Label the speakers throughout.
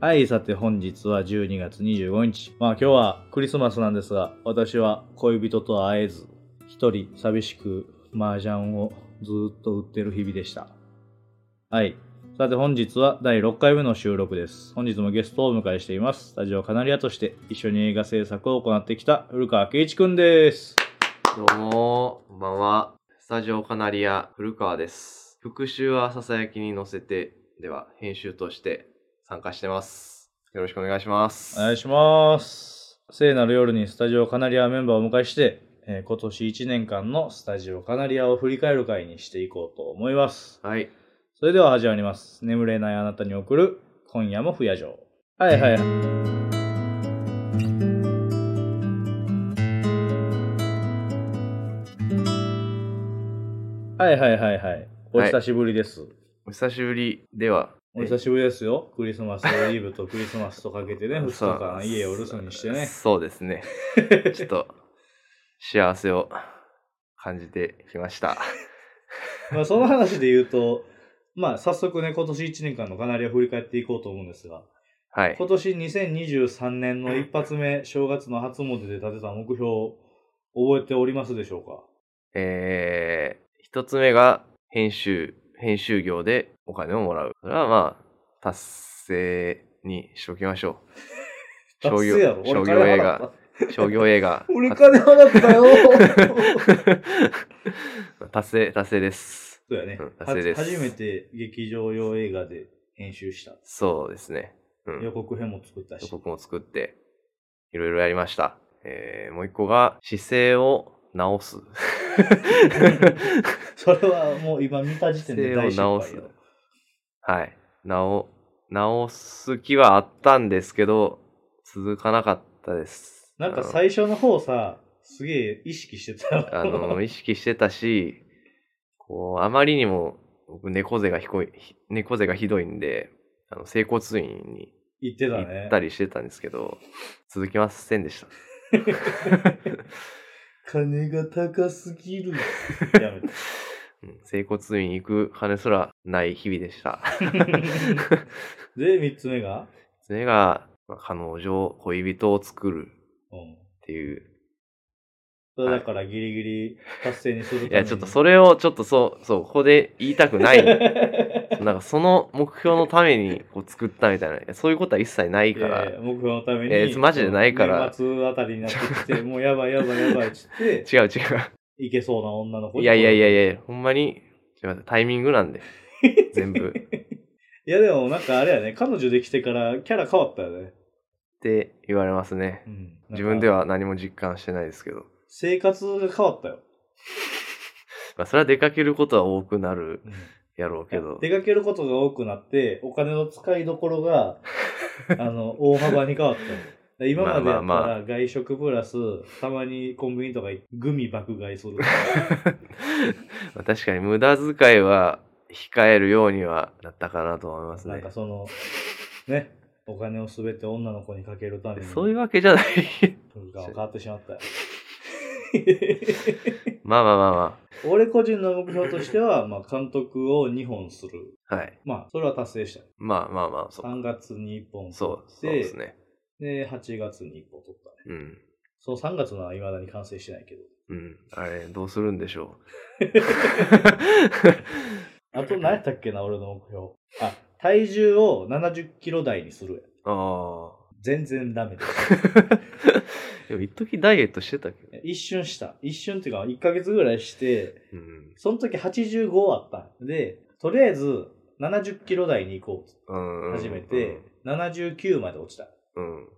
Speaker 1: はい、さて本日は12月25日。まあ今日はクリスマスなんですが、私は恋人と会えず、一人寂しく麻雀をずーっと売ってる日々でした。はい。さて本日は第6回目の収録です。本日もゲストをお迎えしています。スタジオカナリアとして一緒に映画制作を行ってきた古川圭一くんです。
Speaker 2: どうも、こんばんは。スタジオカナリア、古川です。復習はささやきに載せて、では、編集として参加してます。よろしくお願いします。
Speaker 1: お願いします。聖なる夜にスタジオカナリアメンバーをお迎えして、えー今年1年間のスタジオカナリアを振り返る会にしていこうと思います。
Speaker 2: はい。
Speaker 1: それでは始まります。眠れないあなたに送る今夜も不夜城。はいはい。はいはいはいはい。お久しぶりです。
Speaker 2: お久しぶりでは、
Speaker 1: お久しぶりですよ。クリスマスイブとクリスマスとかけてね、2
Speaker 2: そう
Speaker 1: 日間家を留守にしてね。
Speaker 2: そうです ね。ちょっと、幸せを感じてきました。
Speaker 1: まあその話で言うと、まあ早速ね、今年1年間のカナリア振り返っていこうと思うんですが、
Speaker 2: はい。
Speaker 1: 今年2023年の一発目、正月の初詣で立てた目標、覚えておりますでしょうか
Speaker 2: えー、一つ目が編集、編集業でお金をもらう。それはまあ、達成にしときましょう。商業
Speaker 1: 達成やろ
Speaker 2: 商
Speaker 1: 俺
Speaker 2: 業
Speaker 1: 金
Speaker 2: 映
Speaker 1: 払っ
Speaker 2: 画、
Speaker 1: た。。
Speaker 2: 商業映画
Speaker 1: 俺金払ったよ
Speaker 2: 達成、達成です。
Speaker 1: そうやね
Speaker 2: うん。達
Speaker 1: は
Speaker 2: 成です
Speaker 1: 初めて劇場用映画で編集した。
Speaker 2: そうですね。うん
Speaker 1: 予告編も作った
Speaker 2: 予
Speaker 1: し。
Speaker 2: 告も作って、いろいろやりました。えー、もう一個が、姿勢を 直す。
Speaker 1: それはもう今見た時点で大失
Speaker 2: 姿
Speaker 1: 敗
Speaker 2: 勢を
Speaker 1: よ
Speaker 2: 直。はい。直、直す気はあったんですけど、続かなかったです。
Speaker 1: なんか
Speaker 2: あの
Speaker 1: 最初の方さ、すげえ意識してたよ
Speaker 2: あ の、意識してたし、こう、あまりにも、僕、猫背がひこい、ひ猫背がひどいんで、あの、整骨院に
Speaker 1: 言ってたね。
Speaker 2: 行ったりしてたんですけど、続きませんでした。
Speaker 1: 金が高すぎ る。やめて。
Speaker 2: うん整骨院行く金すらない日々でした。
Speaker 1: で、三つ目が、
Speaker 2: それが、まあ彼女、恋人を作る
Speaker 1: うん。
Speaker 2: っていう。
Speaker 1: それだからギリギリ達成にするために
Speaker 2: いや、ちょっとそれを、ちょっとそう、そう、ここで言いたくな い。なんかその目標のためにこう作ったみたいな、いやそういうことは一切ないから、
Speaker 1: えー目標のために。
Speaker 2: えーマジでないから
Speaker 1: 年末あたりになってきて、もうやばいやばいやばいっつ って、
Speaker 2: 違う違
Speaker 1: いけそうな女の子
Speaker 2: う。
Speaker 1: に
Speaker 2: いやいやいやいや、ほんまに、すいません、タイミングなんで、全 部。
Speaker 1: いやでもなんかあれやね、彼女できてからキャラ変わったよね。
Speaker 2: って言われますね
Speaker 1: う。ん。
Speaker 2: 自分で
Speaker 1: は。
Speaker 2: は何も実感してないですけど。
Speaker 1: 生活が変わったよ。
Speaker 2: まあ、それは出かけることは多くなる
Speaker 1: うん
Speaker 2: やろうけど。
Speaker 1: 出かけることが多くなって、お金の使いどころ が、あの、大幅に変わったの。今までやった
Speaker 2: まあまあ
Speaker 1: ら外食プラス、たまにコンビニとか行ってグミ爆買いする。
Speaker 2: まあ確かに無駄遣いは控えるようにはなったかなと思います
Speaker 1: なん
Speaker 2: ね
Speaker 1: か。その、ね、お金をすべて女の子にかけるために、
Speaker 2: そういうわけじゃない。
Speaker 1: が変わってしまったよ。
Speaker 2: まあまあまあま
Speaker 1: 俺個人の目標としては、まあ、監督を2本する。
Speaker 2: あ。はい。
Speaker 1: まあ、それは達成した。
Speaker 2: まあまあまあ、そう。
Speaker 1: 3月に1本撮
Speaker 2: そう、
Speaker 1: っ
Speaker 2: そうです
Speaker 1: て、
Speaker 2: ね。
Speaker 1: で、8月に1本撮ったね。
Speaker 2: うん。
Speaker 1: その3月のは未だに完成してないけど。
Speaker 2: うん。あれ、どうするんでしょ
Speaker 1: あと何やったっけな、俺の目標。あ、体重を70キロ台にするや。
Speaker 2: う。ああ。
Speaker 1: 全然ダメだ。
Speaker 2: でも、一時ダイエットしてたけど。
Speaker 1: 一瞬した。一瞬っていうか、1ヶ月ぐらいして、
Speaker 2: うん。
Speaker 1: その時85あった。で、とりあえず70キロ台に行こうっ
Speaker 2: うんうん。
Speaker 1: て始めて、79まで落ちた。
Speaker 2: うん。うん。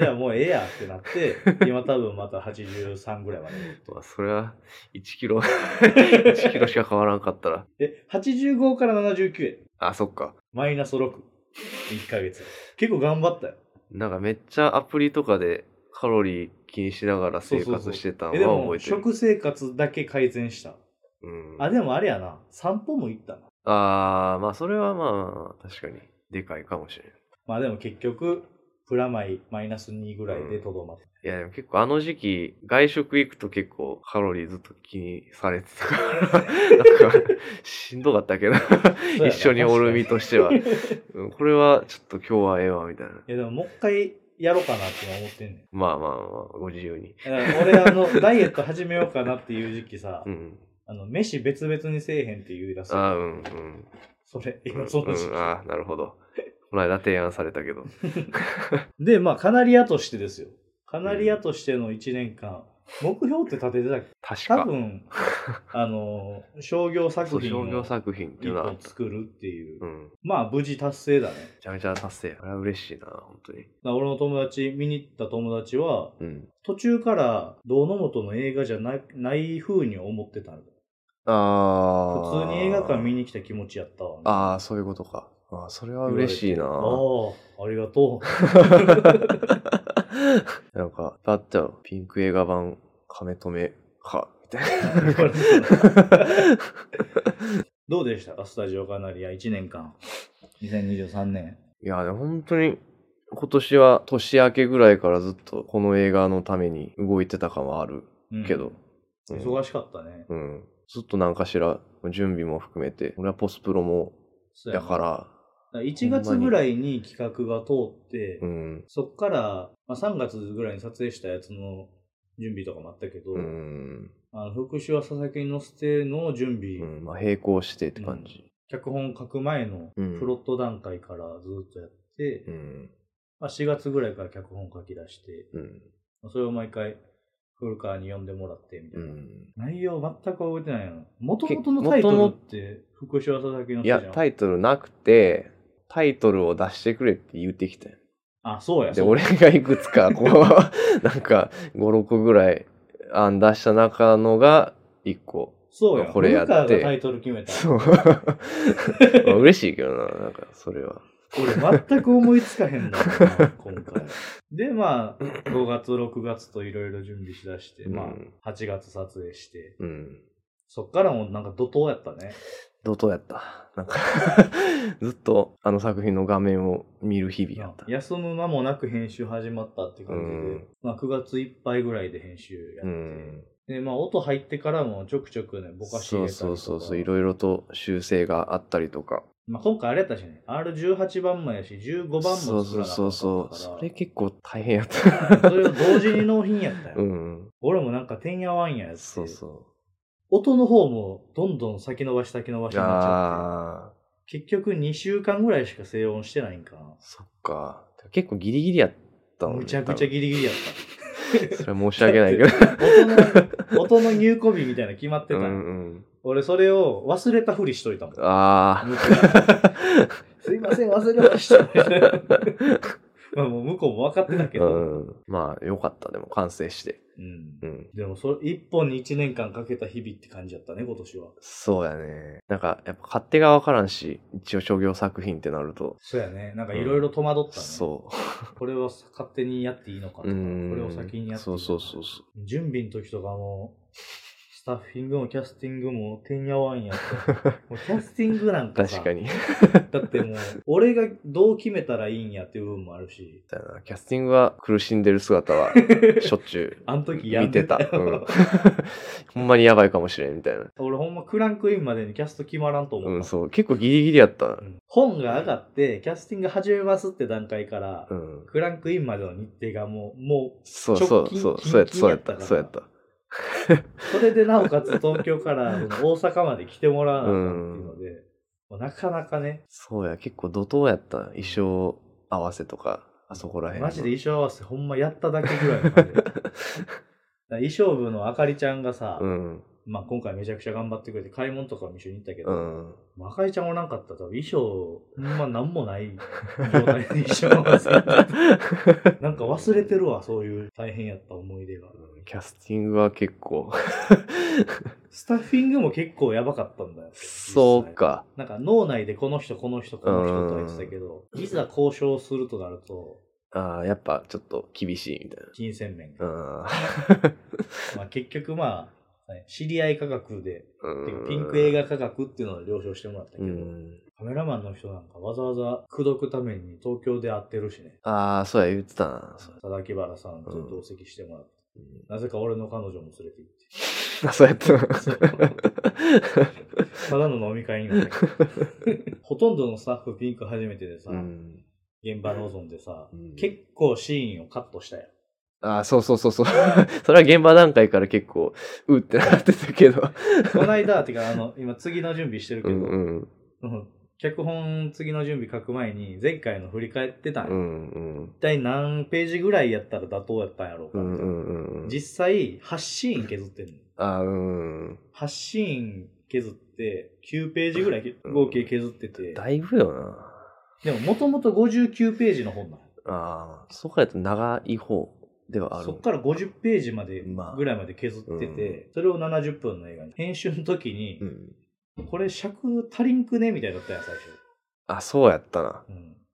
Speaker 1: じゃあもうええやってなって、 今多分また83ぐらいまで。
Speaker 2: まあ、それは、1キロ、1キロしか変わらんかったら。
Speaker 1: え、85から79へ。
Speaker 2: あ、そっか。
Speaker 1: マイナス6。1ヶ月。結構頑張ったよ。
Speaker 2: なんかめっちゃアプリとかでカロリー気にしながら生活してたの
Speaker 1: え、で
Speaker 2: は覚
Speaker 1: も、
Speaker 2: えてる。
Speaker 1: 食生活だけ改善した。
Speaker 2: うん、
Speaker 1: あ、でもあれやな。散歩も行ったな。
Speaker 2: あーまあそれはまあ確かにでかいかもしれない。
Speaker 1: まあでも結局、プラマイマイナス2ぐらいでとどまって、
Speaker 2: いや、でも結構あの時期、外食行くと結構カロリーずっと気にされてたから、なんか、しんどかったけ ど、
Speaker 1: そうやな
Speaker 2: 一緒におる身としては
Speaker 1: 確かにい
Speaker 2: うんこれはちょっと今日はええわ、みたいな。
Speaker 1: やでももう一回やろうかなって思ってんねん
Speaker 2: まあまあまあ、ご自 由に。
Speaker 1: だから俺あのダイエット始めようかなっていう時期さ、
Speaker 2: うん。
Speaker 1: あの飯別々にせえへんって言い出す
Speaker 2: ああ、うん、うん。
Speaker 1: それ今その時期、
Speaker 2: うん、ああ、なるほど。この間提案されたけど。
Speaker 1: でまあカナリアとしてですよカナリアとしての1年間、目標って立ててたっけ
Speaker 2: 確
Speaker 1: 多
Speaker 2: か。
Speaker 1: 分 あの商業
Speaker 2: そ
Speaker 1: 作
Speaker 2: う、
Speaker 1: 品
Speaker 2: 商業
Speaker 1: を
Speaker 2: 作品ってい
Speaker 1: 一
Speaker 2: うのは
Speaker 1: 個、作るっていう、
Speaker 2: うん。め
Speaker 1: まあ無事達成だねだか
Speaker 2: ちゃめちゃ達成。あれは嬉しいな、本当に。
Speaker 1: ら俺の友達見に行った友達は
Speaker 2: うん。
Speaker 1: 途中から堂野本の映画じゃないない風に思ってたんだ
Speaker 2: ああ。
Speaker 1: 普通に映画館見
Speaker 2: に。
Speaker 1: に来た気持ちやったわあ
Speaker 2: ああ、そういうことか。ああ、それは嬉しいな。
Speaker 1: あーありがと う
Speaker 2: なんか、パッとピンク映画版、亀止めか、みたい
Speaker 1: 言われてた
Speaker 2: な。
Speaker 1: どうでしたかスタジオカナリア1年間2023年
Speaker 2: いや、でも本当に、今年は年明けぐらいからずっとこの映画のために動いてた感はある
Speaker 1: うん
Speaker 2: けど、うん
Speaker 1: 忙しかったね
Speaker 2: うん、ずっと何かしら準備も含めて、俺はポスプロも
Speaker 1: そう
Speaker 2: や
Speaker 1: な
Speaker 2: から、
Speaker 1: だから1月ぐらいに企画が通って、
Speaker 2: うん、
Speaker 1: そっから、まあ、3月ぐらいに撮影したやつの準備とかもあったけど、
Speaker 2: うん、
Speaker 1: あの復讐は佐々木に載せての準備、
Speaker 2: うん、まあ並行してって感じ。
Speaker 1: 脚本書く前の
Speaker 2: うん
Speaker 1: プロット段階からずっとやって、
Speaker 2: うん、
Speaker 1: まあ、4月ぐらいから脚本書き出して、
Speaker 2: うん、
Speaker 1: まあそれを毎回古川に呼んでもらってみた
Speaker 2: う
Speaker 1: いな。
Speaker 2: ん。
Speaker 1: 内容全く覚えてないの。もともとのタイトルって、復讐は佐々木の
Speaker 2: いや、タイトルなくて、タイトルを出してくれって言ってきたよ
Speaker 1: あ、そうや。
Speaker 2: で、
Speaker 1: そう
Speaker 2: 俺がいくつか、こう、 なんか、5、6個ぐらい案出した中のが1個。
Speaker 1: そうや。
Speaker 2: これやって
Speaker 1: 古川がタイトル決めた。
Speaker 2: そう。まあ嬉しいけどな、なんか、それは。
Speaker 1: 俺全く思いつかへんだろう な今回でまあ5月6月といろいろ準備しだして、ま
Speaker 2: うん
Speaker 1: あ8月撮影して
Speaker 2: うん。
Speaker 1: そっからもうなんか怒涛やったね
Speaker 2: 怒涛やった。なんか、 ずっとあの作品の画面を見る日々やった。
Speaker 1: 休む間もなく編集始まったって感じで、
Speaker 2: うん
Speaker 1: まあ、9月いっぱいぐらいで編集やって、
Speaker 2: うん。
Speaker 1: でまあ音入ってからもちょくちょくねぼかし入れた
Speaker 2: そう
Speaker 1: りとか
Speaker 2: そうそうそう、いろいろと修正があったりとか。
Speaker 1: まあ、今回あれやったしね R18 番もやし15番も
Speaker 2: そう
Speaker 1: 作らなかったか
Speaker 2: そう
Speaker 1: ら
Speaker 2: そうそう。それ結構大変やっ
Speaker 1: そ
Speaker 2: た。
Speaker 1: れを同時に納品やったよ、
Speaker 2: うん。
Speaker 1: 俺もなんかてんやわんややって
Speaker 2: そうそ
Speaker 1: 音の方もどんどん先延ばし先延ばしになっちゃっ
Speaker 2: う。
Speaker 1: て
Speaker 2: ああ。
Speaker 1: 結局2週間ぐらいしか静音してないんか
Speaker 2: そっか。結構ギリギリやった
Speaker 1: な
Speaker 2: もんね。
Speaker 1: むちゃくちゃギリギリやっ
Speaker 2: 多分それは申し訳 ないけど。
Speaker 1: た 音の音の入庫日みたいなの決まって
Speaker 2: う
Speaker 1: た、
Speaker 2: んうん。
Speaker 1: 俺それを忘れたふりしといたもん
Speaker 2: あ
Speaker 1: 向こう すいません忘れま したまあもう向こうも分かってたけ
Speaker 2: あ。う
Speaker 1: ど、
Speaker 2: ん。まあ、よかった。でも、完成して。
Speaker 1: うん
Speaker 2: うん。
Speaker 1: でもそれ一本に1年間かけた日々って感じだったね今年は
Speaker 2: そうやね。なんか、やっぱ勝手がわからんし、一応商業作品ってなると。
Speaker 1: そうやねなんかいろいろ戸惑ったね、
Speaker 2: そ
Speaker 1: これは勝手にやっていいのかと
Speaker 2: う。
Speaker 1: か、
Speaker 2: うん。
Speaker 1: これを先にやっていいのか
Speaker 2: そうそうそうそ
Speaker 1: 準備の時とかも、スタッフィングもキャスティングもてんやわんやって。 もうキャスティングなん
Speaker 2: う。
Speaker 1: かさ
Speaker 2: 確 かに。
Speaker 1: だってもう、俺がどう決めたらいいんやっていう部分もあるし、
Speaker 2: だよなキャスティングは苦しんでる姿は、しょっちゅ
Speaker 1: あの時
Speaker 2: う
Speaker 1: や
Speaker 2: 見
Speaker 1: ん
Speaker 2: て
Speaker 1: で
Speaker 2: た。う
Speaker 1: よ
Speaker 2: ん。ほんまにやばいかもしれんみたいな。
Speaker 1: 俺ほんまクランクインまでにキャスト決まらんと思
Speaker 2: う
Speaker 1: っ
Speaker 2: ん、
Speaker 1: た。
Speaker 2: そう。結構ギリギリやった。
Speaker 1: うん本が上がって、キャスティング始めますって段階から、
Speaker 2: うん。
Speaker 1: クランクインまでの日程がもう、も
Speaker 2: そうそうそう。そうやった。そうやった。そうやった。
Speaker 1: う、それでなおかつ東京 からその大阪まで来てもらわなあかんっていうので、もうなかなかね、
Speaker 2: そうや、結構怒涛やった。衣装合わせとか、あそこらへん。
Speaker 1: マジで衣装合わせほんまやっただけぐらいの 感じだから衣装部のあかりちゃんがさ、
Speaker 2: うん。
Speaker 1: まあ、今回めちゃくちゃ頑張ってくれて買い物とかも一緒に行ったけ
Speaker 2: う
Speaker 1: ど、
Speaker 2: ん。
Speaker 1: まああかりちゃんおらんかったら多分衣装ほんまなんもない状態で衣装合わせやっ てたなんか忘れてるわそういう大変やった思い出が
Speaker 2: キャスティングは結構。
Speaker 1: スタッフィングも結構やばかったんだよ
Speaker 2: そうか。
Speaker 1: 実際なんか脳内でこの人この人この人とは言ってたけどいざ交渉するとなると
Speaker 2: ああ、やっぱちょっと厳しいみたい
Speaker 1: 金銭面が、
Speaker 2: な。うん
Speaker 1: まあ、結局まあね知り合い価格で
Speaker 2: う
Speaker 1: てか
Speaker 2: ん。
Speaker 1: ピンク映画価格っていうのを了承してもらったけ
Speaker 2: う
Speaker 1: ど、
Speaker 2: ん。
Speaker 1: カメラマンの人なんかわざわざ口説くために東京で会ってるしね。
Speaker 2: ああ、そうや、言ってたな。そう
Speaker 1: 佐々木原さんと同席してもらって。なぜか俺の彼女も連れて行って。
Speaker 2: うん、 そうやって。
Speaker 1: ただの飲み会にな ったけどほとんどのスタッフピンク初めてでさ、
Speaker 2: うん、
Speaker 1: 現場のゾンでさ、
Speaker 2: うん
Speaker 1: 結構シーンをカットしたよ。
Speaker 2: ああ、そうそうそうそう。それは現場段階から結構、うってなってたけど。
Speaker 1: この間、てかあの、今次の準備してるけ
Speaker 2: う
Speaker 1: ど、
Speaker 2: んうん。
Speaker 1: うん脚本次の準備書く前に前回の振り返ってたんよ、
Speaker 2: うんうん。
Speaker 1: 一体何ページぐらいやったら妥当やったんやろうか
Speaker 2: う
Speaker 1: みたい
Speaker 2: ん
Speaker 1: な、
Speaker 2: うんうんうん。
Speaker 1: 実際8シーン削ってんの
Speaker 2: ああ、うんうん。
Speaker 1: 8シーン削って9ページぐらいけ
Speaker 2: うん
Speaker 1: 合計削ってて、
Speaker 2: だいぶよな。
Speaker 1: でももともと59ページの本なの
Speaker 2: ああ、そうかやと長い方ではある。
Speaker 1: そっから50ページまで
Speaker 2: まあ
Speaker 1: ぐらいまで削ってて、それを70分の映画に編集の時に、
Speaker 2: うん。
Speaker 1: これ尺足りんくねみたいだったんや最初、
Speaker 2: あ、そうやったな。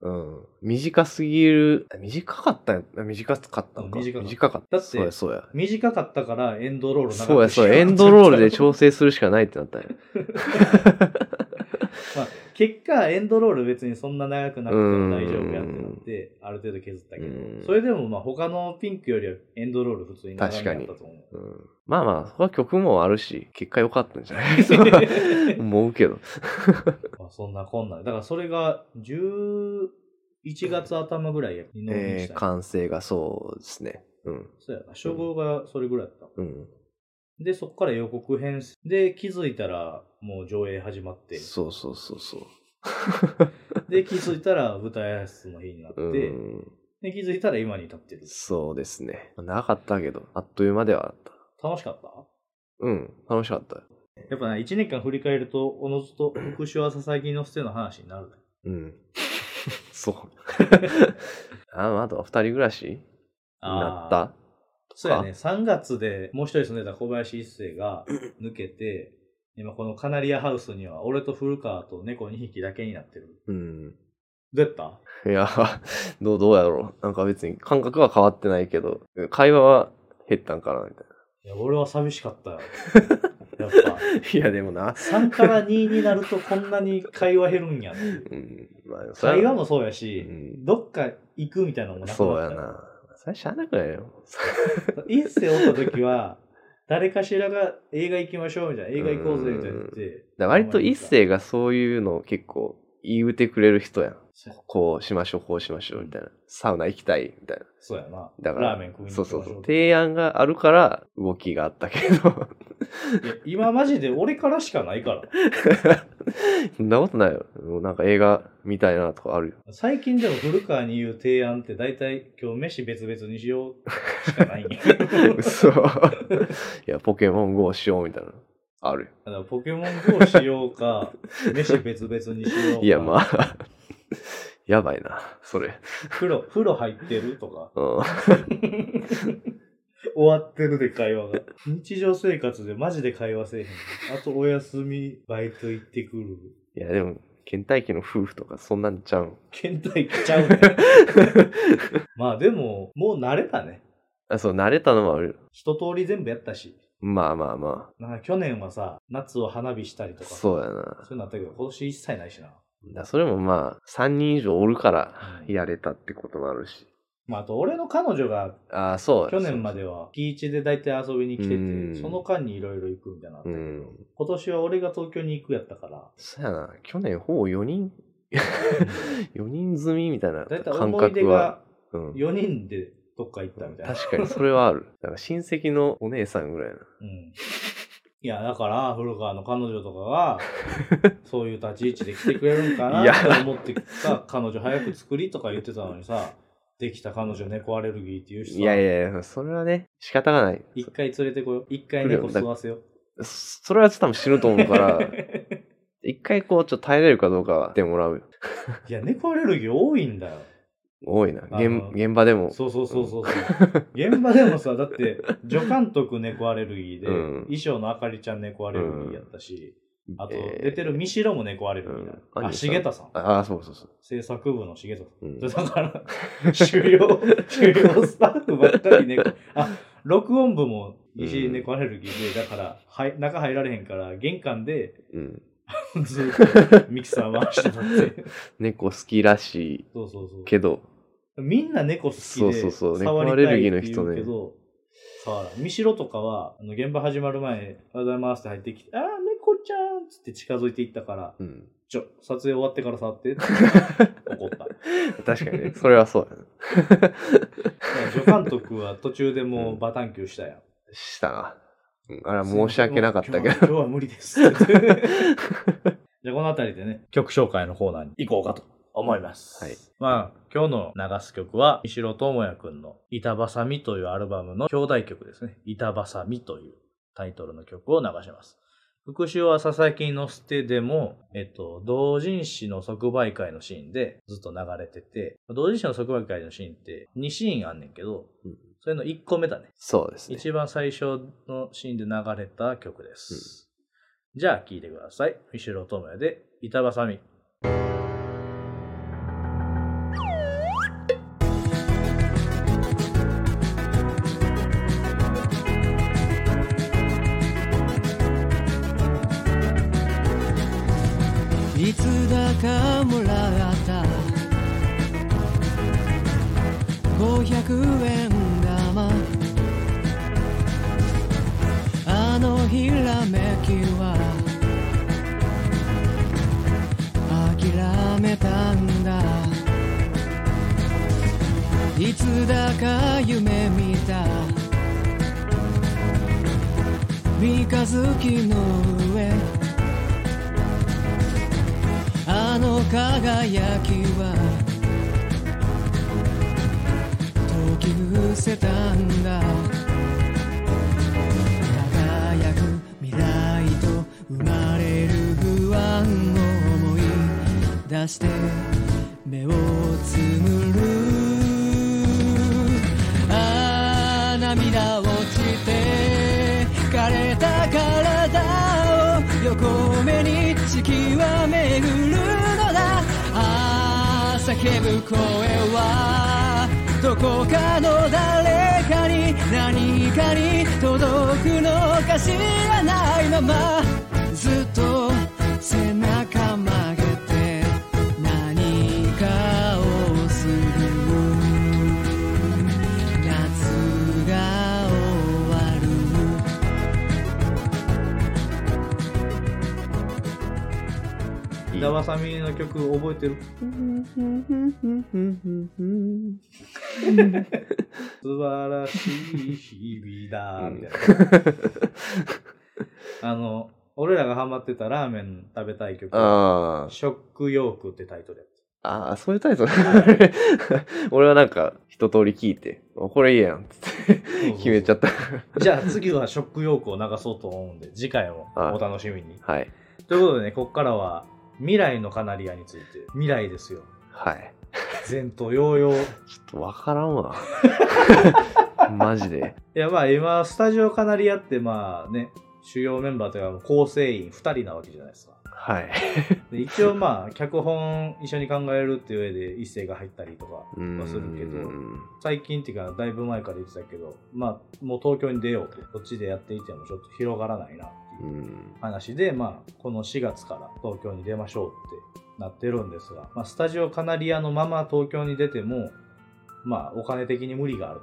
Speaker 1: うん
Speaker 2: うん。短すぎる。あ短かったんや。短かったのか。
Speaker 1: うん短かった
Speaker 2: 短かった。
Speaker 1: だって
Speaker 2: そうや、そうや。
Speaker 1: 短かったからエンドロール長く
Speaker 2: そうや、
Speaker 1: しよ
Speaker 2: そうや。エンドロールで調整するしかないってなったん や。
Speaker 1: まあ、結果、エンドロール別にそんな長くなくても大丈夫やってなって、ある程度削ったけ
Speaker 2: う
Speaker 1: ど
Speaker 2: ん、
Speaker 1: それでもまあ他のピンクよりはエンドロール普通に長めだったと思う。
Speaker 2: うん。まあまあ、そこは曲もあるし、結果良かったんじゃない そうは思うけど。
Speaker 1: まあ、そんなこんなで。だからそれが11月頭ぐらいに納品
Speaker 2: え
Speaker 1: し
Speaker 2: ー、
Speaker 1: た、
Speaker 2: 完成がそうですね。うん。
Speaker 1: そうやな。初号がそれぐらいだった。
Speaker 2: うん。
Speaker 1: で、そこから予告編で気づいたらもう上映始まって、
Speaker 2: そうそうそうそう。
Speaker 1: で、気づいたら舞台挨拶の日になって、
Speaker 2: うん、
Speaker 1: で、気づいたら今に至ってる。
Speaker 2: そうですね。長かったけど、あっという間ではあった。
Speaker 1: 楽しかった
Speaker 2: うん、楽しかった。
Speaker 1: やっぱな、1年間振り返ると、おのずと復讐は佐々木の捨ての話になるね。
Speaker 2: うん。そう。ああとは二人暮らしに
Speaker 1: あ
Speaker 2: な
Speaker 1: ー
Speaker 2: った
Speaker 1: そうやね。3月でもう一人住んでた小林一生が抜けて、今このカナリアハウスには俺と古川と猫2匹だけになってる。
Speaker 2: うん。
Speaker 1: どうやった
Speaker 2: いや、どう、どうやろう。なんか別に感覚は変わってないけど、会話は減ったんかな、みた
Speaker 1: いや、俺は寂しかったよ。やっぱ、
Speaker 2: いな。いや、でもな。
Speaker 1: 3から2になるとこんなに会話減るんやって。
Speaker 2: うん。まあ、それは
Speaker 1: 会話もそうやし、
Speaker 2: うん
Speaker 1: どっか行くみたいなのもなく
Speaker 2: そう
Speaker 1: な
Speaker 2: や
Speaker 1: ったよ。
Speaker 2: な。それしゃあなくないよ。
Speaker 1: 一世おった時は、誰かしらが映画行きましょうみたいな、映画行こうぜみたいな言って。
Speaker 2: だから割と一世がそういうのを結構言うてくれる人やん。こうしましょう、こうしましょう、みたいな。サウナ行きたい、みたいな。
Speaker 1: そうやな。
Speaker 2: だから
Speaker 1: ラーメン食いに行
Speaker 2: そう
Speaker 1: き
Speaker 2: そ
Speaker 1: ま
Speaker 2: う
Speaker 1: しょ
Speaker 2: そう。
Speaker 1: う。
Speaker 2: 提案があるから動きがあったけど。
Speaker 1: いや今マジで俺からしかないから。
Speaker 2: そんなことないよ。もうなんか映画見たいなとかあるよ。
Speaker 1: 最近でも古川に言う提案って大体今日飯別々にしようしかないん や。
Speaker 2: 嘘。いや、ポケモン GO しようみたいな。ある
Speaker 1: だからポケモン GO しようか、飯別々にしよう
Speaker 2: よ。
Speaker 1: か。
Speaker 2: いや、ま
Speaker 1: あ。
Speaker 2: あ。 やばいな、それ。
Speaker 1: 風呂、風呂入ってるとか、
Speaker 2: うん。
Speaker 1: 終わってるで会話が。日常生活でマジで会話せえへん。あとお休み、バイト行ってくる。
Speaker 2: いや、でも、倦怠期の夫婦とかそんなんちゃうん。
Speaker 1: 倦怠期ちゃう ね。まあでも、もう慣れたね。
Speaker 2: あ、そう、慣れたのもあるよ。
Speaker 1: 一通り全部やったし。
Speaker 2: まあまあま
Speaker 1: なんか去年はさ、夏を花火したりと
Speaker 2: あ。
Speaker 1: か、
Speaker 2: そうやな。
Speaker 1: そういうのあったけど、今年一切ないしな。
Speaker 2: だからそれもまあ、3人以上おるから
Speaker 1: うん
Speaker 2: やれたってこともあるし。
Speaker 1: まあ、あと俺の彼女が
Speaker 2: ああ、そう
Speaker 1: 去年まで
Speaker 2: は。
Speaker 1: は月1で大体遊びに来て
Speaker 2: うん
Speaker 1: て、その間にいろいろ行くみたいなのあった
Speaker 2: う
Speaker 1: けど、
Speaker 2: ん。
Speaker 1: 今年は俺が東京に行くやったから、
Speaker 2: そうやな。去年ほぼ4人、4人 済みみたいな
Speaker 1: だいたい
Speaker 2: 感
Speaker 1: 思い出
Speaker 2: 覚は。
Speaker 1: が
Speaker 2: うん。
Speaker 1: 4人でどっか行ったみたいな。
Speaker 2: 確かに、それはある。だから親戚のお姉さんぐらいな。
Speaker 1: うんいや、だから、古川の彼女とか が、そういう立ち位置で来てくれるんか
Speaker 2: いや
Speaker 1: なと思ってさ、彼女早く作りとか言ってたのにさ、できた彼女猫アレルギーっていう人
Speaker 2: いやいやいや、それはね、仕方がない。
Speaker 1: 一回連れてこよう。一回猫吸わせよう。
Speaker 2: そそれはちょっと多分死ぬと思う から、一回こう、ちょっと耐えれるかどうかはやってもらうよ。
Speaker 1: いや、猫アレルギー多いんだよ。
Speaker 2: 多いな。
Speaker 1: あ
Speaker 2: 現
Speaker 1: の
Speaker 2: 現場でも。
Speaker 1: そうそうそうそうそう。現場でもさ、だって、助監督猫アレルギーで、
Speaker 2: うん
Speaker 1: 衣装のあかりちゃん猫アレルギーやったし、あと、
Speaker 2: えー
Speaker 1: 出てる三代も猫アレルギーだ。
Speaker 2: うん
Speaker 1: あ、茂田さん。
Speaker 2: ああ、そうそうそう。
Speaker 1: 制作部の重田さん。
Speaker 2: うん
Speaker 1: だから、終了、終了スタッフばっかり 猫。あ、録音部 も西井猫アレルギーで、だから、はい、中入られへんから、玄関で、
Speaker 2: うん。
Speaker 1: ずっとミキサー回してたっ て。
Speaker 2: 猫好きらし
Speaker 1: そうそうそう
Speaker 2: い。けど、
Speaker 1: みんな猫好きで
Speaker 2: そうそうそう
Speaker 1: 触りたいって
Speaker 2: 猫アレルギー
Speaker 1: 言
Speaker 2: の
Speaker 1: う
Speaker 2: 人ね
Speaker 1: けど、触らん。ミシロとかは、あの現場始まる前、おはようございますって入ってきて、あー、猫ちゃんっつって近づいていったから、
Speaker 2: うん。
Speaker 1: ちょ、撮影終わってから触ってって 怒った。だか
Speaker 2: 確かにね、それはそうやな。
Speaker 1: ら助監督は途中でもうバタンキューしたやん。
Speaker 2: したな。うんあれは申し訳なかったけ
Speaker 1: 今日は今日は無理 ですって。じゃあこの辺りでね、曲紹介のコーナーに行こうかと思います。
Speaker 2: はい
Speaker 1: まあ、今日の流す曲は、三城智也くんの板挟みというアルバムの兄弟曲ですね。板挟みというタイトルの曲を流します。復讐は佐々木の捨てでも、えっと、同人誌の即売会のシーンでずっと流れてて、同人誌の即売会のシーンって2シーンあんねんけど、
Speaker 2: うん
Speaker 1: それの1個目だね。
Speaker 2: そうですね。
Speaker 1: 一番最初のシーンで流れた曲です。じゃあ聴いてください。後ろ智也で板挟み。
Speaker 3: いつだかもらった500円玉あのひらめきは諦めたんだいつだか夢見た三日月の上あの輝きは解き伏せたんだ輝く未来と生まれる不安を思い出して目をつむるああ涙落ちて枯れた体を横目に四季は巡るのだああ叫ぶ声はどこかの誰かに何かに届くのか知らないままずっと背中曲げて何かをする夏が終わる
Speaker 2: いい
Speaker 1: 板挟みの曲覚えてる素晴らしい日々だ、みたいな。あの、俺らがハマってたラーメン食べたい曲、
Speaker 2: あー
Speaker 1: 食欲ってタイトルやっ
Speaker 2: あー、そういうタイトル 俺はなんか、一通り聞いて、あこれいいやんっつって
Speaker 1: た。そうそうそう
Speaker 2: 決めちゃった。
Speaker 1: じゃあ次は食欲を流そうと思うんで、次回もお楽しみに。
Speaker 2: はい。
Speaker 1: ということでね、ここからは未来のカナリアについて、未来ですよ。
Speaker 2: はい。
Speaker 1: 前途洋々。
Speaker 2: ちょっとわから んわ。マジで。
Speaker 1: いやまあ今スタジオカナリアってまあね主要メンバーというか構成員2人なわけじゃないですか
Speaker 2: はい。
Speaker 1: で一応まあ 脚本一緒に考えるっていう上で一斉が入ったりとか
Speaker 2: うーん
Speaker 1: はするけど最近っていうかだいぶ前から言ってたけどまあもう東京に出ようとこっちでやっていてもちょっと広がらないなって
Speaker 2: う。
Speaker 1: いうん話でまあこの4月から東京に出ましょうってなってるんですが、まあ、スタジオカナリアのまま東京に出てもまあお金的に無理がある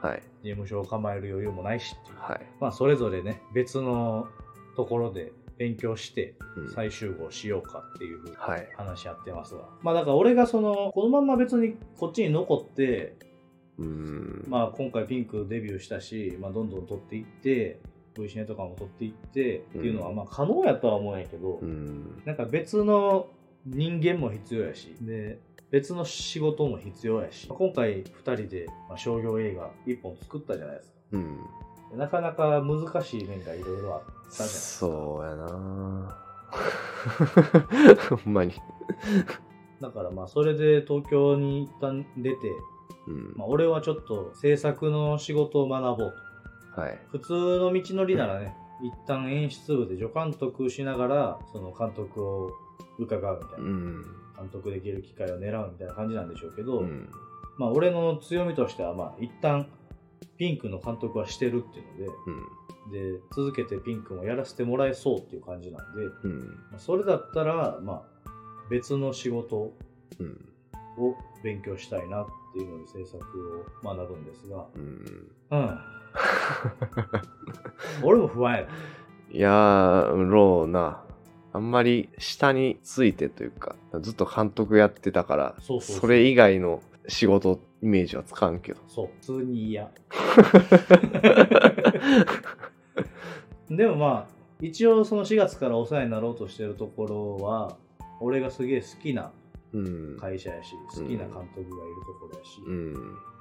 Speaker 1: と
Speaker 2: はい。
Speaker 1: 事務所を構える余裕もないしっていう
Speaker 2: はい。
Speaker 1: まあ、それぞれね、別のところで勉強して
Speaker 2: うん
Speaker 1: 再集合しようかっていう
Speaker 2: はい。
Speaker 1: 話し合ってますわ。まあ、だから俺がその、このまんま別にこっちに残って、
Speaker 2: うーん。
Speaker 1: まあ、今回ピンクデビューしたし、まあ、どんどん取っていって、V シネとかも取っていってっていうのは、
Speaker 2: うん
Speaker 1: まあ、可能やとは思うんやけど、
Speaker 2: うん。
Speaker 1: なんか別の人間も必要やし、で、別の仕事も必要やし、今回2人でまあ商業映画1本作ったじゃないですか。
Speaker 2: うん。
Speaker 1: なかなか難しい面がいろいろあったじゃないですか。
Speaker 2: そうやな ほんまに。
Speaker 1: だからまあそれで東京に一旦出て、
Speaker 2: うん。
Speaker 1: まあ、俺はちょっと制作の仕事を学ぼう
Speaker 2: はい。
Speaker 1: と普通の道のりならね、一旦演出部で助監督しながらその監督を伺うみたいうな、
Speaker 2: ん。
Speaker 1: 監督できる機会を狙うみたいな感じなんでしょうけど、
Speaker 2: うん
Speaker 1: まあ俺の強みとしてはまあ一旦ピンクの監督はしてるっていうの
Speaker 2: うん。
Speaker 1: で、で、続けてピンクもやらせてもらえそうっていう感じなんで、
Speaker 2: うん。
Speaker 1: まあそれだったら、まあ、別の仕事を
Speaker 2: うん。
Speaker 1: 勉強したいなっていうので制作を学ぶんですが、
Speaker 2: うん。
Speaker 1: うん。俺も不安やった
Speaker 2: いやー、ろうな。あんまり下についてというか、ずっと監督やってたから、
Speaker 1: そうそうそう
Speaker 2: それ以外の仕事、イメージはつかんけど。
Speaker 1: そう、普通に嫌。でもまあ、一応その4月からお世話になろうとしてるところは、俺がすげえ好きな
Speaker 2: うん。
Speaker 1: 会社やし、好きな監督がいるところやし、
Speaker 2: うん。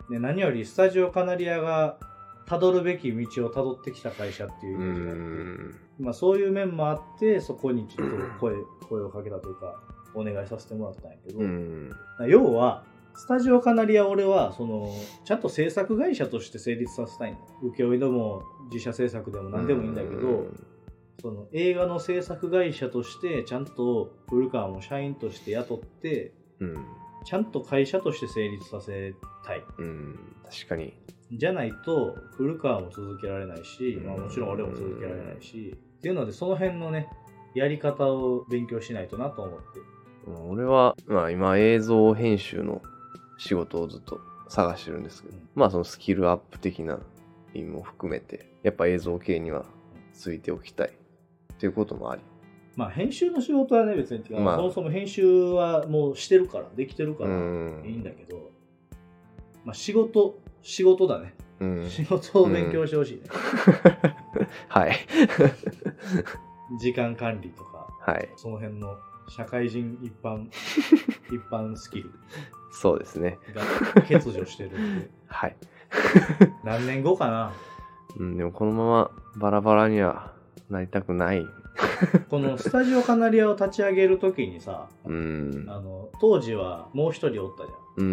Speaker 1: で何よりスタジオカナリアが辿るべき道を辿ってきた会社っていうイ
Speaker 2: う
Speaker 1: メージがあって、
Speaker 2: ん。
Speaker 1: まあ、そういう面もあって、そこにちょっと声声をかけたというか、お願いさせてもらったんやけど、
Speaker 2: うん。
Speaker 1: 要は、スタジオカナリア俺は、その、ちゃんと制作会社として成立させたいの。請負でも自社制作でも何でもいいんだけど、その映画の制作会社として、ちゃんと古川も社員として雇って、
Speaker 2: うん。
Speaker 1: ちゃんと会社として成立させたい。
Speaker 2: うん。確かに。
Speaker 1: じゃないと、古川も続けられないし、まあ、もちろん俺も続けられないし、っていうので、その辺のね、やり方を勉強しないとなと思って。
Speaker 2: うん俺は、まあ今映像編集の仕事をずっと探してるんですけど
Speaker 1: うん、
Speaker 2: まあそのスキルアップ的な意味も含めて、やっぱ映像系にはついておきたいっていうこともあり。
Speaker 1: まあ、編集の仕事はね、別に違う、
Speaker 2: まあ
Speaker 1: そもそも編集はもうしてるから、できてるか
Speaker 2: う
Speaker 1: ら、
Speaker 2: ん。
Speaker 1: いいんだけど、まあ、仕事、仕事だね。
Speaker 2: うん。
Speaker 1: 仕事を勉強してほしいね。
Speaker 2: はい。
Speaker 1: 時間管理とか、
Speaker 2: はい。
Speaker 1: その辺の社会人一 般、一般スキル
Speaker 2: そうですね。
Speaker 1: が欠如してるんで、
Speaker 2: はい。
Speaker 1: 何年後かな、
Speaker 2: うん、でもこのままバラバラにはなりたくない。
Speaker 1: このスタジオカナリアを立ち上げるときにさ、
Speaker 2: うん。
Speaker 1: あの、当時はもう一人おったじゃん。
Speaker 2: う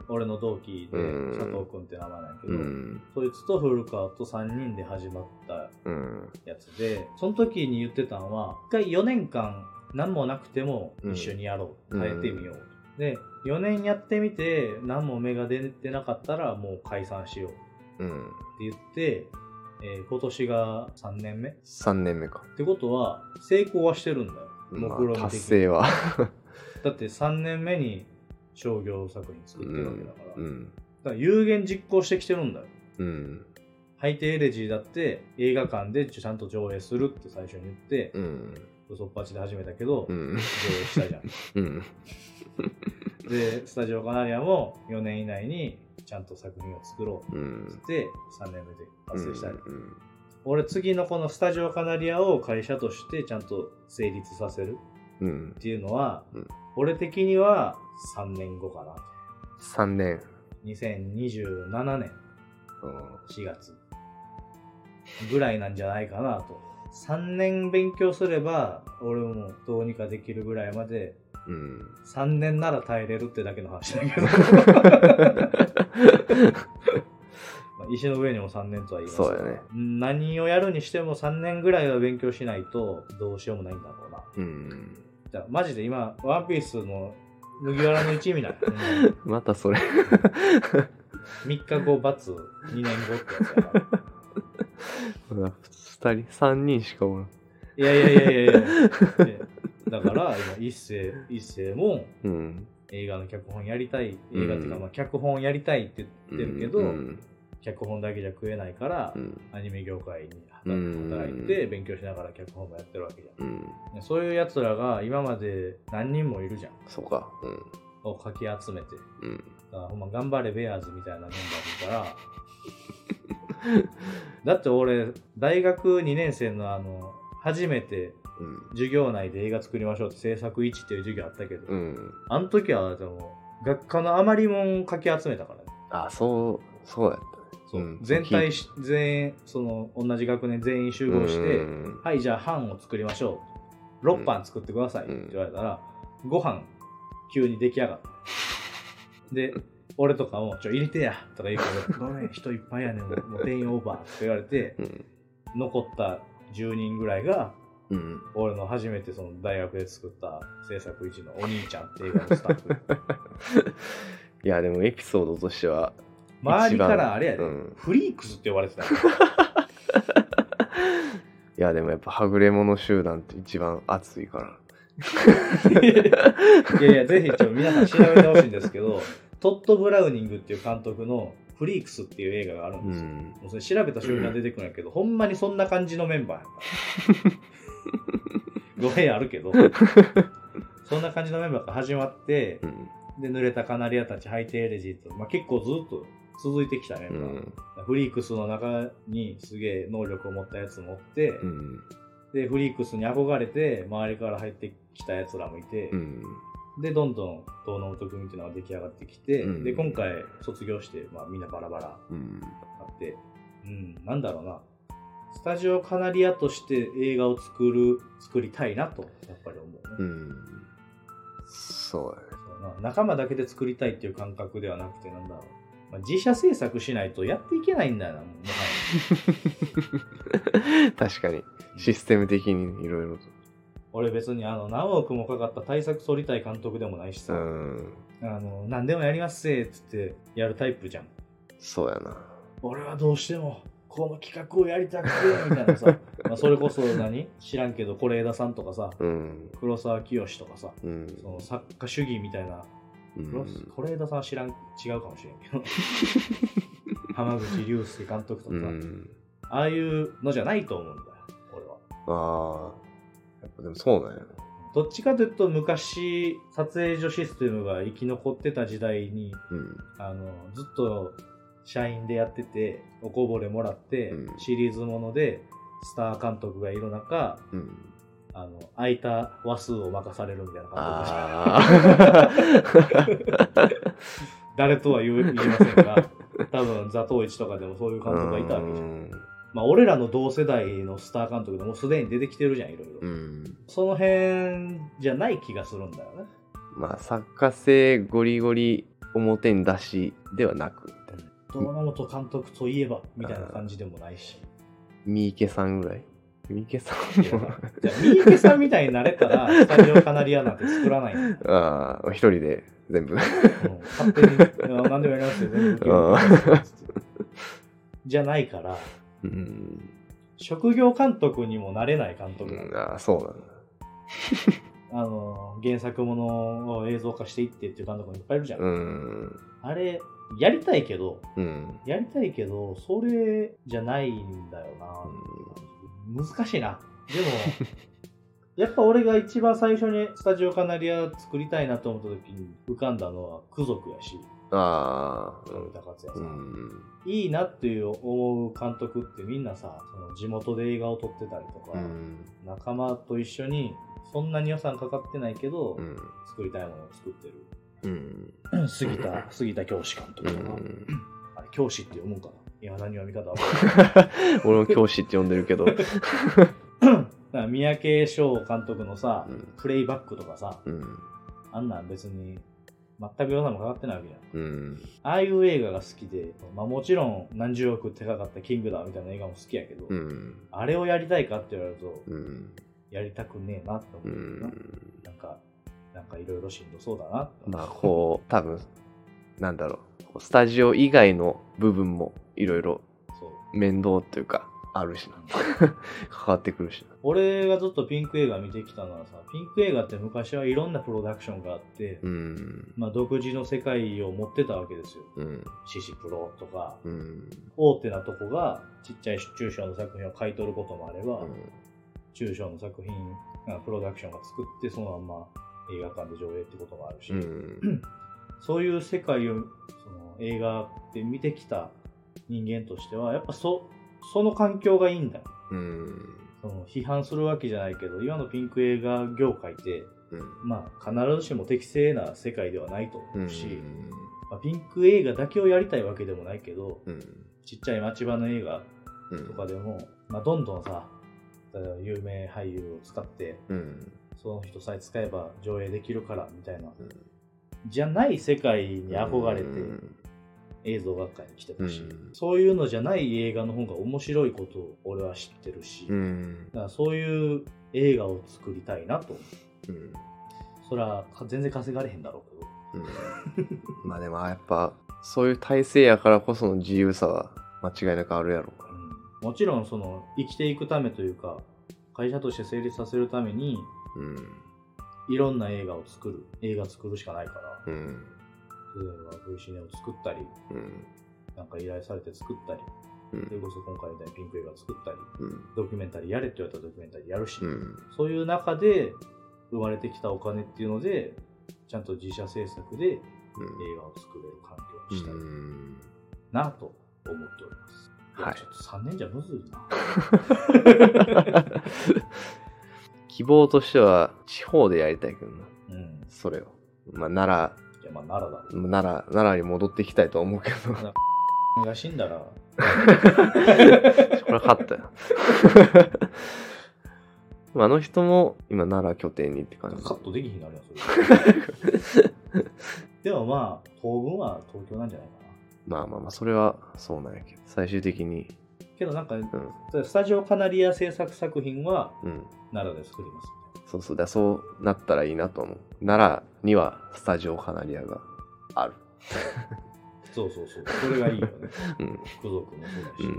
Speaker 2: ん。
Speaker 1: 俺の同期で
Speaker 2: うん
Speaker 1: 佐藤君って名前なんやけ
Speaker 2: う
Speaker 1: ど、
Speaker 2: ん。
Speaker 1: そいつと古川と3人で始まった
Speaker 2: うん。
Speaker 1: やつでその時に言ってたのは一回4年間何もなくても一緒にやろう、
Speaker 2: うん
Speaker 1: 変えてみようと、で4年やってみて何も芽が出てなかったらもう解散しようって
Speaker 2: うん。
Speaker 1: 言って、えー今年が3年目っ
Speaker 2: 3年目か。
Speaker 1: てことは成功はしてるんだよ目
Speaker 2: ま
Speaker 1: 論見
Speaker 2: あ、
Speaker 1: 的に
Speaker 2: 達成は。
Speaker 1: だって3年目に商業作品作ってるわけだから,、
Speaker 2: う
Speaker 1: だ
Speaker 2: ん。
Speaker 1: から有言実行してきてるんだよ
Speaker 2: うん。
Speaker 1: ハイテエレジーだって映画館でちゃんと上映するって最初に言って、
Speaker 2: うん。
Speaker 1: 嘘っぱちで始めたけど、
Speaker 2: うん。
Speaker 1: 上映したじゃん
Speaker 2: うん。
Speaker 1: でスタジオカナリアも4年以内にちゃんと作品を作ろ
Speaker 2: う
Speaker 1: うっつ
Speaker 2: ん。
Speaker 1: って3年目で達成したり、
Speaker 2: うん
Speaker 1: 俺次のこのスタジオカナリアを会社としてちゃんと成立させる
Speaker 2: うん。
Speaker 1: っていうのは、
Speaker 2: うん
Speaker 1: 俺的には3年後かな
Speaker 2: 3年。
Speaker 1: 2027年
Speaker 2: うん
Speaker 1: 4月ぐらいなんじゃないかなと3年勉強すれば俺もどうにかできるぐらいまで
Speaker 2: うん。
Speaker 1: 3年なら耐えれるってだけの話だ けどまあ石の上にも3年とは言います
Speaker 2: そうだね
Speaker 1: 何をやるにしても3年ぐらいは勉強しないとどうしようもないんだろうな
Speaker 2: うん。
Speaker 1: じゃあマジで今「ワンピースの麦わらの一味なんや
Speaker 2: またそれ。
Speaker 1: 3日後バツ2年後ってやつやな
Speaker 2: うわ二人、三人しかおらん。
Speaker 1: いやいやいやいやい やでだから今一世一世も
Speaker 2: うん。
Speaker 1: 映画の脚本やりたい映画っていうか、
Speaker 2: うん
Speaker 1: まあ、脚本やりたいって言ってるけど、
Speaker 2: うん。
Speaker 1: 脚本だけじゃ食えないから、
Speaker 2: うん。
Speaker 1: アニメ業界に
Speaker 2: うん
Speaker 1: 働いて勉強しながら脚本もやってるわけじゃ
Speaker 2: うん。
Speaker 1: ん、ねそういうやつらが今まで何人もいるじゃん
Speaker 2: そうか。うん。
Speaker 1: をかき集めて
Speaker 2: うん。
Speaker 1: だからほんま頑張れベアーズみたいなメンバーいるから だって俺大学2年生のあの初めて
Speaker 2: うん。
Speaker 1: 授業内で映画作りましょうって制作1っていう授業あったけど、
Speaker 2: うん。
Speaker 1: あの時はでも学科の余りもんかき集めたからね
Speaker 2: あ、そう、そうやったね。
Speaker 1: そう
Speaker 2: うん
Speaker 1: 全体し全員その同じ学年全員集合して、
Speaker 2: うん
Speaker 1: はい、じゃあ、班を作りましょう。6班作ってくださいっ
Speaker 2: うん
Speaker 1: て言われたら、5班、急に出来上がった。で、俺とかも、ちょ、入れてやとか言うけ ど、ごめん、人いっぱいやねん、もう店員オーバーって言われて、
Speaker 2: うん。
Speaker 1: 残った10人ぐらいが、
Speaker 2: うん。
Speaker 1: 俺の初めてその大学で作った制作一 のお兄ちゃんっていう映画のスタッフ。
Speaker 2: いや、でもエピソードとしては、
Speaker 1: 周りからあれやで、
Speaker 2: うん
Speaker 1: フリークスって呼ばれてたよ
Speaker 2: いやでもやっぱはぐれ者集団って一番熱いから
Speaker 1: いやいやぜひちょっと皆さん調べてほしいんですけどトット・ブラウニングっていう監督の「フリークス」っていう映画があるん
Speaker 2: う
Speaker 1: ですよ、
Speaker 2: ん
Speaker 1: もうそれ調べた瞬間出てくるんやけど、ほんまにそんな感じのメンバーや から。語弊あるけど、そんな感じのメンバーが始まって
Speaker 2: う、ん
Speaker 1: で、濡れたカナリアたち、ハイテーレジーと、まあ、結構ずっと続いてきたメ
Speaker 2: う
Speaker 1: ンバー。
Speaker 2: ん
Speaker 1: フリークスの中にすげえ能力を持ったやつもおって、
Speaker 2: うん
Speaker 1: で、フリークスに憧れて、周りから入ってきたやつらもいて、
Speaker 2: うん
Speaker 1: で、どんどん、東能特組っていうのが出来上がってきて、
Speaker 2: うん
Speaker 1: で、今回卒業して、まあ、みんなバラバラ。
Speaker 2: うん
Speaker 1: あって、うん、なんだろうな。スタジオカナリアとして映画を作る、作りたいなと、やっぱり思うね。
Speaker 2: うんそうだね
Speaker 1: そうな仲間だけで作りたいっていう感覚ではなくて、なんだろう。まあ、自社制作しないとやっていけないんだよな、もうもは や
Speaker 2: 確かにシステム的にいろいろと
Speaker 1: 俺別にあの何億もかかった対策取りたい監督でもないし
Speaker 2: う
Speaker 1: さ、
Speaker 2: ん
Speaker 1: あの何でもやりますせっつってやるタイプじゃん。
Speaker 2: そうやな
Speaker 1: 俺はどうしてもこの企画をやりたくてみたいな さ、まあそれこそ何知らんけど是枝さんとかさ、
Speaker 2: うん
Speaker 1: 黒沢清とかさ、
Speaker 2: うん
Speaker 1: その作家主義みたいな、
Speaker 2: う
Speaker 1: これ
Speaker 2: ん
Speaker 1: 是枝さんは知らん、違うかもしれんけ ど、浜口竜介監督とか、
Speaker 2: うん
Speaker 1: ああいうのじゃないと思うんだよ、俺は。
Speaker 2: ああやっぱでもそうなんや
Speaker 1: どっちかというと、昔、撮影所システムが生き残ってた時代に、
Speaker 2: うん
Speaker 1: あのずっと社員でやってて、おこぼれもらって、
Speaker 2: うん
Speaker 1: シリーズもので、スター監督がいる中、
Speaker 2: うん
Speaker 1: あの空いた話数を任されるみたいな監督でした
Speaker 2: ああ
Speaker 1: 誰とは言え言いませんが、多分、ザトウイチとかでもそういう監督がいたわけじゃん。まあ、俺らの同世代のスター監督でもうすでに出てきてるじゃん、いろいろ。
Speaker 2: うん
Speaker 1: その辺じゃない気がするんだよね。
Speaker 2: まあ作家性ゴリゴリ表に出しではなく
Speaker 1: 堂本監督といえば、みたいな感じでもないし。
Speaker 2: 三池さんぐらい三池さ
Speaker 1: い
Speaker 2: ん
Speaker 1: や
Speaker 2: も
Speaker 1: じゃあ、三池さんみたいになれたら、スタジオカナリアなんて作らないんだよ。
Speaker 2: ああ一人で全部
Speaker 1: うん勝手に、いや何でもやりますよ、全部受けますよじゃないから、
Speaker 2: うん
Speaker 1: 職業監督にもなれない監
Speaker 2: う
Speaker 1: 督なんだよ
Speaker 2: んああそうなんだ
Speaker 1: あの、原作ものを映像化していってっていう監督もいっぱいいるじゃん。
Speaker 2: うん
Speaker 1: あれ、やりたいけど、
Speaker 2: うん
Speaker 1: やりたいけど、それじゃないんだよな。難しいな。でも、やっぱ俺が一番最初にスタジオカナリア作りたいなと思った時に浮かんだのは、ク族やし、
Speaker 2: ああ
Speaker 1: 富田克也さ。
Speaker 2: うんん
Speaker 1: いいなっていう思う監督ってみんなさ、その地元で映画を撮ってたりとか、
Speaker 2: うん
Speaker 1: 仲間と一緒に、そんなに予算かかってないけど、
Speaker 2: うん
Speaker 1: 作りたいものを作ってる。
Speaker 2: うん
Speaker 1: 杉田、杉田教師監督
Speaker 2: う
Speaker 1: とか、
Speaker 2: ん
Speaker 1: あれ、教師って読むんかないや、何読み方わかん ない
Speaker 2: 俺も教師って呼んでるけど
Speaker 1: だから三宅翔監督のさ、
Speaker 2: うん
Speaker 1: プレイバックとかさ、
Speaker 2: うん
Speaker 1: あんなん別に、全く予算もかかってないわけじゃん。
Speaker 2: うん
Speaker 1: ああいう映画が好きで、まあもちろん何十億手かかったキングダーみたいな映画も好きやけど、
Speaker 2: うん
Speaker 1: あれをやりたいかって言われると、
Speaker 2: うん
Speaker 1: やりたくねえなって思
Speaker 2: う
Speaker 1: うよな、
Speaker 2: ん
Speaker 1: なんか、なんかいろいろしんどそうだなって思う
Speaker 2: まあこう多分なんだろうこうスタジオ以外の部分もいろいろ
Speaker 1: そう。
Speaker 2: 面倒というかあるしな関わってくるし
Speaker 1: 俺がずっとピンク映画見てきたのはさ、ピンク映画って昔はいろんなプロダクションがあって、
Speaker 2: なうん
Speaker 1: まあ、独自の世界を持ってたわけですよ。
Speaker 2: うん
Speaker 1: シシプロとか、
Speaker 2: うん
Speaker 1: 大手なとこがちっちゃい中小の作品を買い取ることもあれば、
Speaker 2: うん
Speaker 1: 中小の作品、あプロダクションが作って、そのまんま映画館で上映ってこともあるし、
Speaker 2: うん
Speaker 1: そういう世界をその映画で見てきた人間としては、やっぱそその環境がいいんだよ。
Speaker 2: うん
Speaker 1: その批判するわけじゃないけど、今のピンク映画業界って、
Speaker 2: うん
Speaker 1: まあ、必ずしも適正な世界ではないと思うし、
Speaker 2: うん
Speaker 1: まあ、ピンク映画だけをやりたいわけでもないけど、
Speaker 2: うん
Speaker 1: ちっちゃい町場の映画
Speaker 2: うん
Speaker 1: とかでも、まあ、どんどんさ、例えば有名俳優を使って、
Speaker 2: うん
Speaker 1: その人さえ使えば上映できるからみたいな、
Speaker 2: うん
Speaker 1: じゃない世界に憧れ
Speaker 2: う
Speaker 1: て
Speaker 2: ん
Speaker 1: 映像学会に来てほしい、
Speaker 2: うん
Speaker 1: そういうのじゃない映画の方が面白いことを俺は知ってるし、
Speaker 2: う
Speaker 1: だ
Speaker 2: ん
Speaker 1: からそういう映画を作りたいなと思う。
Speaker 2: うん
Speaker 1: それは全然稼がれへんだろうけど。
Speaker 2: うんまあでもやっぱそういう体制やからこその自由さは間違いなくあるやろうか
Speaker 1: うんもちろんその生きていくためというか会社として成立させるために
Speaker 2: ら。うん。
Speaker 1: いろんな映画を作る映画作るしかないから
Speaker 2: うん。
Speaker 1: 例えば V シネを作ったり
Speaker 2: うん。
Speaker 1: なんか依頼されて作ったり
Speaker 2: う
Speaker 1: それ
Speaker 2: ん。
Speaker 1: こそ今回みたいにピンク映画作ったり
Speaker 2: うん。
Speaker 1: ドキュメンタリーやれって言われたらドキュメンタリーやるし、
Speaker 2: うん。
Speaker 1: そういう中で生まれてきたお金っていうのでちゃんと自社制作で映画を作れる環境
Speaker 2: う
Speaker 1: にしたい
Speaker 2: ん。
Speaker 1: なと思っております。
Speaker 2: はい
Speaker 1: やちょっと3年じゃむずいな。
Speaker 2: 希望としては地方でやりたいけどな、
Speaker 1: うん。
Speaker 2: それを。まあ、奈
Speaker 1: いや、まあ、奈良だろ
Speaker 2: 良、奈良、奈良に戻ってきたいと思うけど、
Speaker 1: う。が死んだら、
Speaker 2: これ勝ったよ。 まああの人も今奈良拠点にって感じ。
Speaker 1: カットできひんなるやん、それ。 でもまあ、当分は東京なんじゃないか
Speaker 2: まあまあまあ、それはそうなんやけど、最終的に、
Speaker 1: な。けどなんか、
Speaker 2: うん、
Speaker 1: スタジオカナリア制作作品は
Speaker 2: うん、
Speaker 1: 奈良で作ります。
Speaker 2: そうそう、だそうなったらいいなと思う。奈良にはスタジオカナリアがある。
Speaker 1: そうそうそう。それがいいよ ね。
Speaker 2: うん、
Speaker 1: 福族もそうだし。
Speaker 2: うん、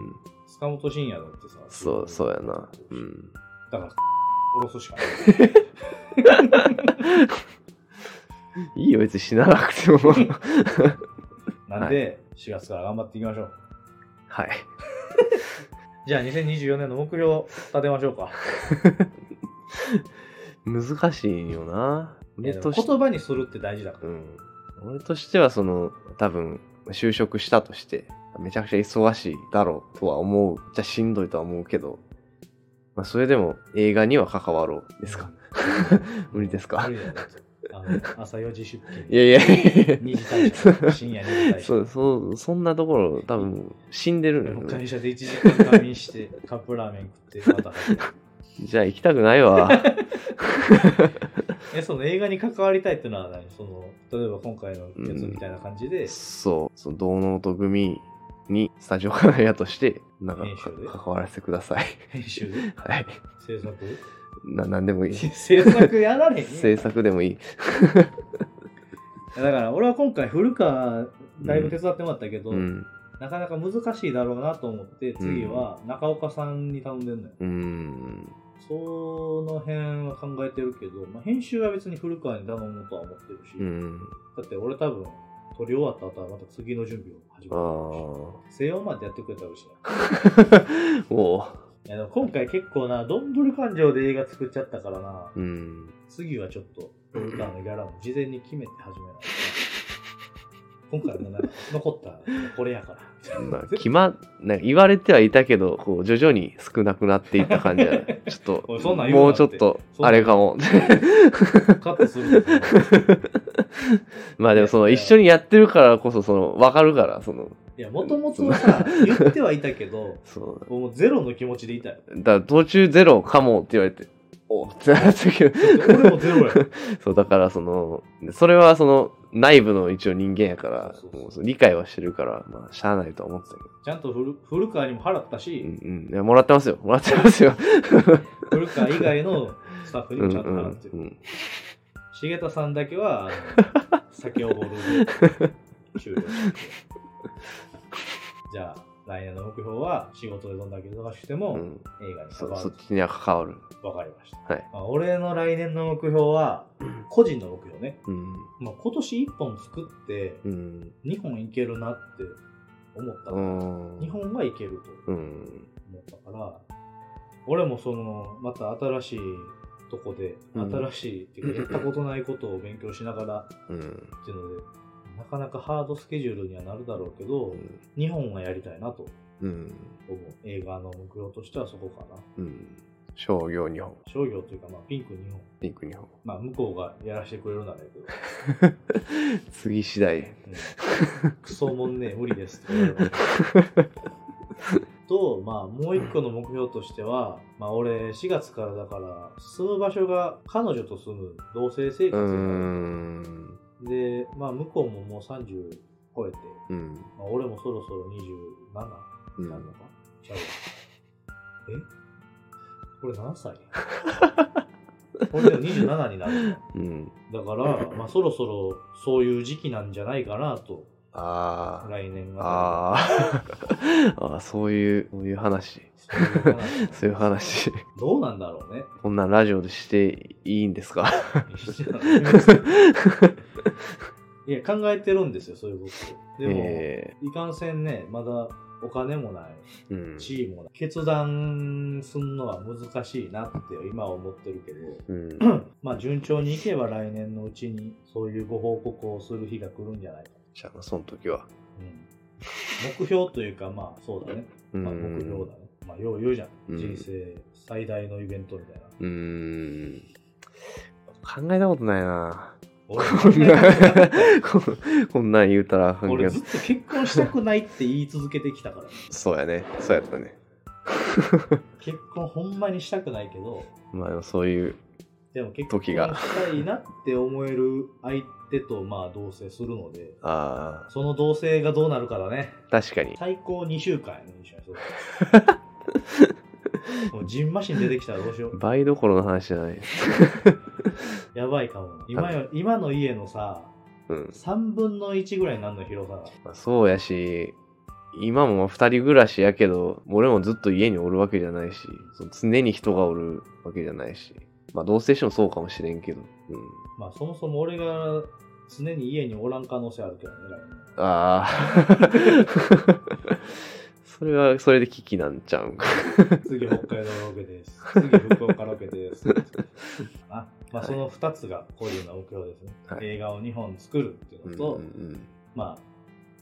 Speaker 1: 塚本慎也だってさ。
Speaker 2: そう、そうやな。うん。
Speaker 1: だから、殺すしかない。
Speaker 2: いいよ、別に死ななくても。
Speaker 1: なんで、4月から頑張っていきましょう。
Speaker 2: はい。
Speaker 1: じゃあ、2024年の目標を立てましょうか。
Speaker 2: 難しいんよな。俺とし
Speaker 1: 言葉にするって大事だか
Speaker 2: うん。俺としては、その、多分、就職したとして、めちゃくちゃ忙しいだろうとは思う。じゃあしんどいとは思うけど、まあ、それでも映画には関わろう。
Speaker 1: ら。
Speaker 2: ですか。
Speaker 1: うん。
Speaker 2: 無理ですか
Speaker 1: 無理だよ。あの 朝4時出勤。
Speaker 2: いやいやいや
Speaker 1: 2時退社。深夜2時退
Speaker 2: そ
Speaker 1: 社。
Speaker 2: う、そう、そんなところ、多分、死んでる
Speaker 1: も
Speaker 2: ん
Speaker 1: う
Speaker 2: だよね。
Speaker 1: 会社で1時間仮眠 して、カップラーメン食って、また走る。
Speaker 2: じゃあ行きたくないわ。
Speaker 1: え、その映画に関わりたいってのは何その、例えば今回のやつみたいな感じで、
Speaker 2: そう、その、同能と組に、スタジオカナリアとして、なんか
Speaker 1: 編集で、
Speaker 2: 関わらせてください。
Speaker 1: 編集で、
Speaker 2: はい。
Speaker 1: 制作
Speaker 2: な、なんでもいい。
Speaker 1: 制作やられへんやん
Speaker 2: 制作でもいい。
Speaker 1: いやだから俺は今回古川だいぶ手伝ってもらったけど、
Speaker 2: うん。
Speaker 1: なかなか難しいだろうなと思って次は中岡さんに頼んでんのよ、
Speaker 2: うん。
Speaker 1: その辺は考えてるけど、まあ、編集は別に古川に頼もうとは思ってるし、
Speaker 2: うん。
Speaker 1: だって俺多分撮り終わった後はまた次の準備を始
Speaker 2: ああ。
Speaker 1: めるし西洋までやってくれたらしいな
Speaker 2: おう。
Speaker 1: いやでも今回結構などんぶり感情で映画作っちゃったからな
Speaker 2: うん。
Speaker 1: 次はちょっと古川のギャラも事前に決めて始めないと今回はもうなんか残ったのこれやから
Speaker 2: ま あ、決ま、なんか言われてはいたけど、こう、徐々に少なくなっていった感じやな ちょっと、
Speaker 1: おいそんなん言うな
Speaker 2: もうちょっと
Speaker 1: っ、て
Speaker 2: あれかも。
Speaker 1: カットするんですよ
Speaker 2: まあでも、その、一緒にやってるからこそ、その、わかるから、その、
Speaker 1: いや、もともとはさ、言ってはいたけど、
Speaker 2: そう。
Speaker 1: もうゼロの気持ちでいたよ。
Speaker 2: だから途中ゼロかもって言われて、おうってなったけど、
Speaker 1: 俺もゼロや。
Speaker 2: そう、だから、その、それは、その、内部の一応人間やから
Speaker 1: そう、そうそう
Speaker 2: もうその理解はしてるから、まあ、しゃあないとは思ってたけど。
Speaker 1: ちゃんと古古川にも払った
Speaker 2: う
Speaker 1: し、
Speaker 2: んうんいや。もらってますよ。もらってますよ。
Speaker 1: 古川以外のスタッフに
Speaker 2: うん
Speaker 1: も
Speaker 2: う
Speaker 1: ちゃんと払っ
Speaker 2: ん
Speaker 1: てる。
Speaker 2: うん。
Speaker 1: 重田さんだけは、あの酒をボールで終 了して。じゃあ、来年の目標は、仕事でどんだけ忙しくても、
Speaker 2: うん
Speaker 1: 映画に
Speaker 2: そ
Speaker 1: 関
Speaker 2: う
Speaker 1: わ
Speaker 2: そ
Speaker 1: る
Speaker 2: っ。ちには関わる。
Speaker 1: わかりました。
Speaker 2: はい
Speaker 1: まあ俺の来年の目標は、個人の目標ね。
Speaker 2: うん。
Speaker 1: まあ、今年1本作って、
Speaker 2: うん。
Speaker 1: 日本いけるなって思った、
Speaker 2: うん
Speaker 1: 日本はいける
Speaker 2: うん。
Speaker 1: と思ったから俺もそのまた新しいとこで、
Speaker 2: うん
Speaker 1: 新しいっていうかやったことないことを勉強しながら
Speaker 2: うん。
Speaker 1: っていうのでなかなかハードスケジュールにはなるだろうけど、日本はやりたいなと
Speaker 2: うん。
Speaker 1: 思う映画の目標としてはそこかな
Speaker 2: うん。商業日本。
Speaker 1: 商業というかまあピンク日本
Speaker 2: ピンク日本。
Speaker 1: まあ向こうがやらせてくれるならやけど、
Speaker 2: 次次第。
Speaker 1: うん、クソもんね無理ですって言われると、まあ、もう一個の目標としては、まあ、俺、4月からだから、住む場所が彼女と住む同性生
Speaker 2: うー
Speaker 1: 活になる
Speaker 2: ん。
Speaker 1: で、まあ、向こうももう30超えて、
Speaker 2: うん。
Speaker 1: まあ、俺もそろそろ27
Speaker 2: う
Speaker 1: になるの
Speaker 2: ん
Speaker 1: か、ちゃうわえこれ何歳これでも27になるの
Speaker 2: うん。
Speaker 1: だから、まあ、そろそろそういう時期なんじゃないかなと
Speaker 2: あー
Speaker 1: 来年は。
Speaker 2: あーあーそういうそういう話
Speaker 1: そういう話
Speaker 2: そういう話
Speaker 1: どうなんだろう ね。
Speaker 2: こんなんラジオでしていいんですか
Speaker 1: いや、考えてるんですよ、そういうこと。でも、
Speaker 2: え
Speaker 1: いかんせんね、まだお金もない、
Speaker 2: ーうん
Speaker 1: 地位もない、決断すんのは難しいなって今は思ってるけど、
Speaker 2: うん、
Speaker 1: まあ順調にいけば来年のうちにそういうご報告をする日が来るんじゃないか。
Speaker 2: じゃあその時は
Speaker 1: うん、目標というか、まあそうだね。
Speaker 2: う
Speaker 1: まあ、目標
Speaker 2: ん
Speaker 1: だね。まあよう言うじゃん。
Speaker 2: うん
Speaker 1: 人生最大のイベントみ たいな。
Speaker 2: うん考えたことないな
Speaker 1: 俺
Speaker 2: こんなこんなん言うたら半
Speaker 1: 俺
Speaker 2: 額
Speaker 1: ずっと結婚したくないって言い続けてきたから。
Speaker 2: そうやねそうやったね
Speaker 1: 結婚ほんまにしたくないけど、
Speaker 2: まあでもそういう
Speaker 1: でも結婚
Speaker 2: 時
Speaker 1: し
Speaker 2: が
Speaker 1: たいなって思える相手とまあ同棲するので、
Speaker 2: あ
Speaker 1: その同棲がどうなるかだね。
Speaker 2: あ確かに
Speaker 1: 最高2週間やね、一緒にそう もうジンマシン出てきたらどうしよう。
Speaker 2: 倍どころの話じゃない
Speaker 1: やばいかもな。今よ今の家のさ、
Speaker 2: うん、
Speaker 1: 3分の1ぐらいになるの広さが。
Speaker 2: まあ、そうやし今も2人暮らしやけど俺もずっと家におるわけじゃないしその常に人がおるわけじゃないしまあ同棲してもそうかもしれんけど、うん、
Speaker 1: まあそもそも俺が常に家におらん可能性あるけどね。
Speaker 2: あ あそれはそれで危機なんちゃうんか
Speaker 1: 来年次北海道ロケです。次福岡ロケです。 あまあその2つがこういうような目標ですね。
Speaker 2: はい
Speaker 1: 映画を2本作るっていうのと、
Speaker 2: うんうん
Speaker 1: まあ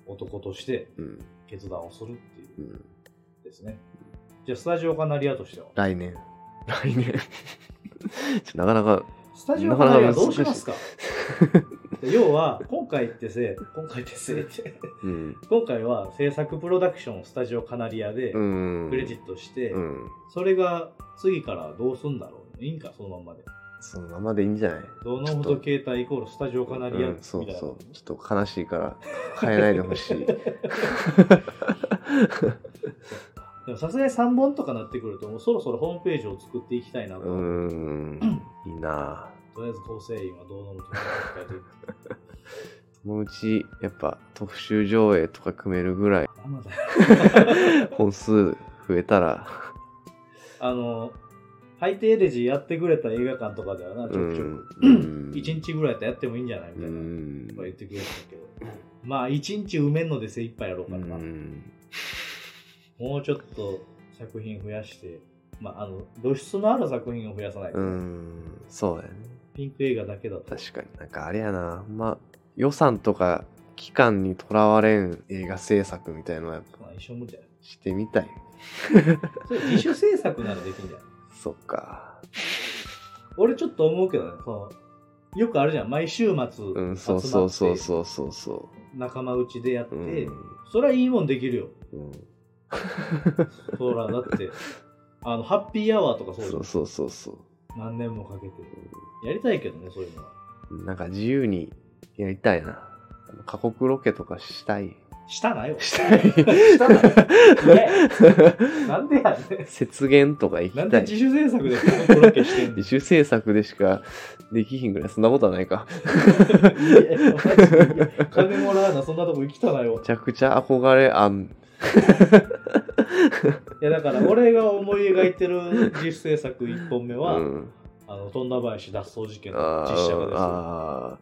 Speaker 1: 男として
Speaker 2: うんうん
Speaker 1: 決断をするっていううんですね。じゃあスタジオカナリアとしては。
Speaker 2: 来年来 年ちょなかなか
Speaker 1: スタジオカナリアどうしますか要は今回ってせ今回ってせ って
Speaker 2: うん
Speaker 1: 今回は制作プロダクションをスタジオカナリアで
Speaker 2: うん
Speaker 1: クレジットして、
Speaker 2: うん
Speaker 1: それが次からどうすんだろういいんかそのまんまで
Speaker 2: そのままでいいんじゃない
Speaker 1: どのほど携帯イコールスタジオカナリア
Speaker 2: う
Speaker 1: み
Speaker 2: ん、そう
Speaker 1: たいな、
Speaker 2: そうちょっと悲しいから変えないでほ しい
Speaker 1: でもさすがに3本とかなってくるともうそろそろホームページを作っていきたいなと、
Speaker 2: うーんいいなあ
Speaker 1: とりあえず構成員はどうのもとか書いていく
Speaker 2: そのうちやっぱ特集上映とか組める ぐらい
Speaker 1: あまだ
Speaker 2: 本数増えたら
Speaker 1: あのハイテエレジーやってくれた映画館とかではなちょくちょく、
Speaker 2: うん
Speaker 1: 1日ぐらいやったらやってもいいんじゃないみ
Speaker 2: う
Speaker 1: たいな、
Speaker 2: ん
Speaker 1: 言ってくれてたけどまあ1日埋めんので精一杯やろう
Speaker 2: う
Speaker 1: からな、
Speaker 2: ん
Speaker 1: もうちょっと作品増やして、まあ、あの露出のある作品を増やさないと、
Speaker 2: うんそうやね
Speaker 1: ピンク映画だけだと
Speaker 2: 確かになんかあれやなほんま予算とか期間にとらわれん映画制作みたいのはやっぱ
Speaker 1: まあ、一緒無理だよ。
Speaker 2: してみたい
Speaker 1: それ自主制作ならできんじゃん。
Speaker 2: そっか
Speaker 1: 俺ちょっと思うけどね、そのよくあるじゃん、毎週末集まって、
Speaker 2: うんそうそうそうそうそうそ
Speaker 1: 仲間内でやって、
Speaker 2: ううん
Speaker 1: そりゃいいもんできるよ。
Speaker 2: うん
Speaker 1: そら、だ って、あの、ハッピーアワーとかそうじ
Speaker 2: そうそうそうそ
Speaker 1: ゃん。何年もかけて。やりたいけどね、そういうのは。
Speaker 2: うなんか自由にやりたいなあの過酷ロケとかしたい
Speaker 1: したなよ。
Speaker 2: したい
Speaker 1: した なよ。ねなんでやねん。
Speaker 2: 節減とか行
Speaker 1: なん
Speaker 2: き
Speaker 1: で
Speaker 2: た
Speaker 1: 自
Speaker 2: い
Speaker 1: 主制作でこのロケしてんの
Speaker 2: 自主制作でしかできひんぐらいそんなことはないか
Speaker 1: いやいやマジでいや金もらわな、そんなとこ行きたなよ
Speaker 2: め。ちゃくちゃ憧れあん
Speaker 1: いやだから俺が思い描いてる自主制作1本目は、
Speaker 2: うん、
Speaker 1: あの富田林脱走事件の
Speaker 2: あ
Speaker 1: 実写化
Speaker 2: ーあ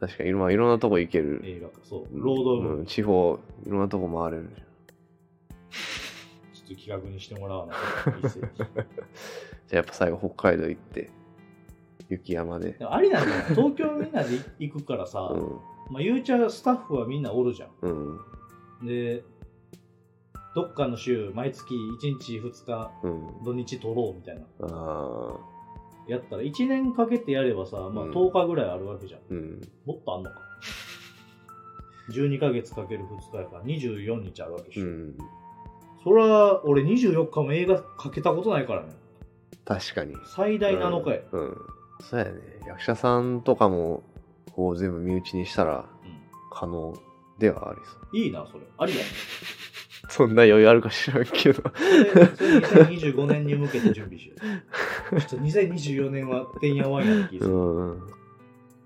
Speaker 2: ー確かにいろ,、まあ、いろんなとこ行け
Speaker 1: です
Speaker 2: る
Speaker 1: 映画化そうロードムーン、
Speaker 2: うん地方いろんなとこ回れる
Speaker 1: ちょっと企画にしてもらわないと
Speaker 2: じゃあやっぱ最後北海道行って雪山で
Speaker 1: でもありなんだよ東京みんなで行くからさ、
Speaker 2: うん
Speaker 1: まあ、ゆうちゃんスタッフはみんなおるじゃ
Speaker 2: うん
Speaker 1: んでどっかの週毎月1日2日
Speaker 2: うん
Speaker 1: 土日取ろうみたいな
Speaker 2: ああ
Speaker 1: やったら1年かけてやればさ、まあ、
Speaker 2: うん
Speaker 1: 10日ぐらいあるわけじゃん、
Speaker 2: うん
Speaker 1: もっとあんのか12ヶ月かける2日やから24日あるわけでし
Speaker 2: う
Speaker 1: ょ、
Speaker 2: ん
Speaker 1: そりゃ俺24日も映画かけたことないからね
Speaker 2: 確かに
Speaker 1: 最大7日や、
Speaker 2: うん、うんそうやね役者さんとかもこう全部身内にしたら可能ではありそう
Speaker 1: いいなそれありだよ
Speaker 2: そんな余裕あるか知らんけど
Speaker 1: それそれ2025年に向けて準備しようちょっと2024年はてんやわんやな気がす
Speaker 2: う
Speaker 1: る、
Speaker 2: ん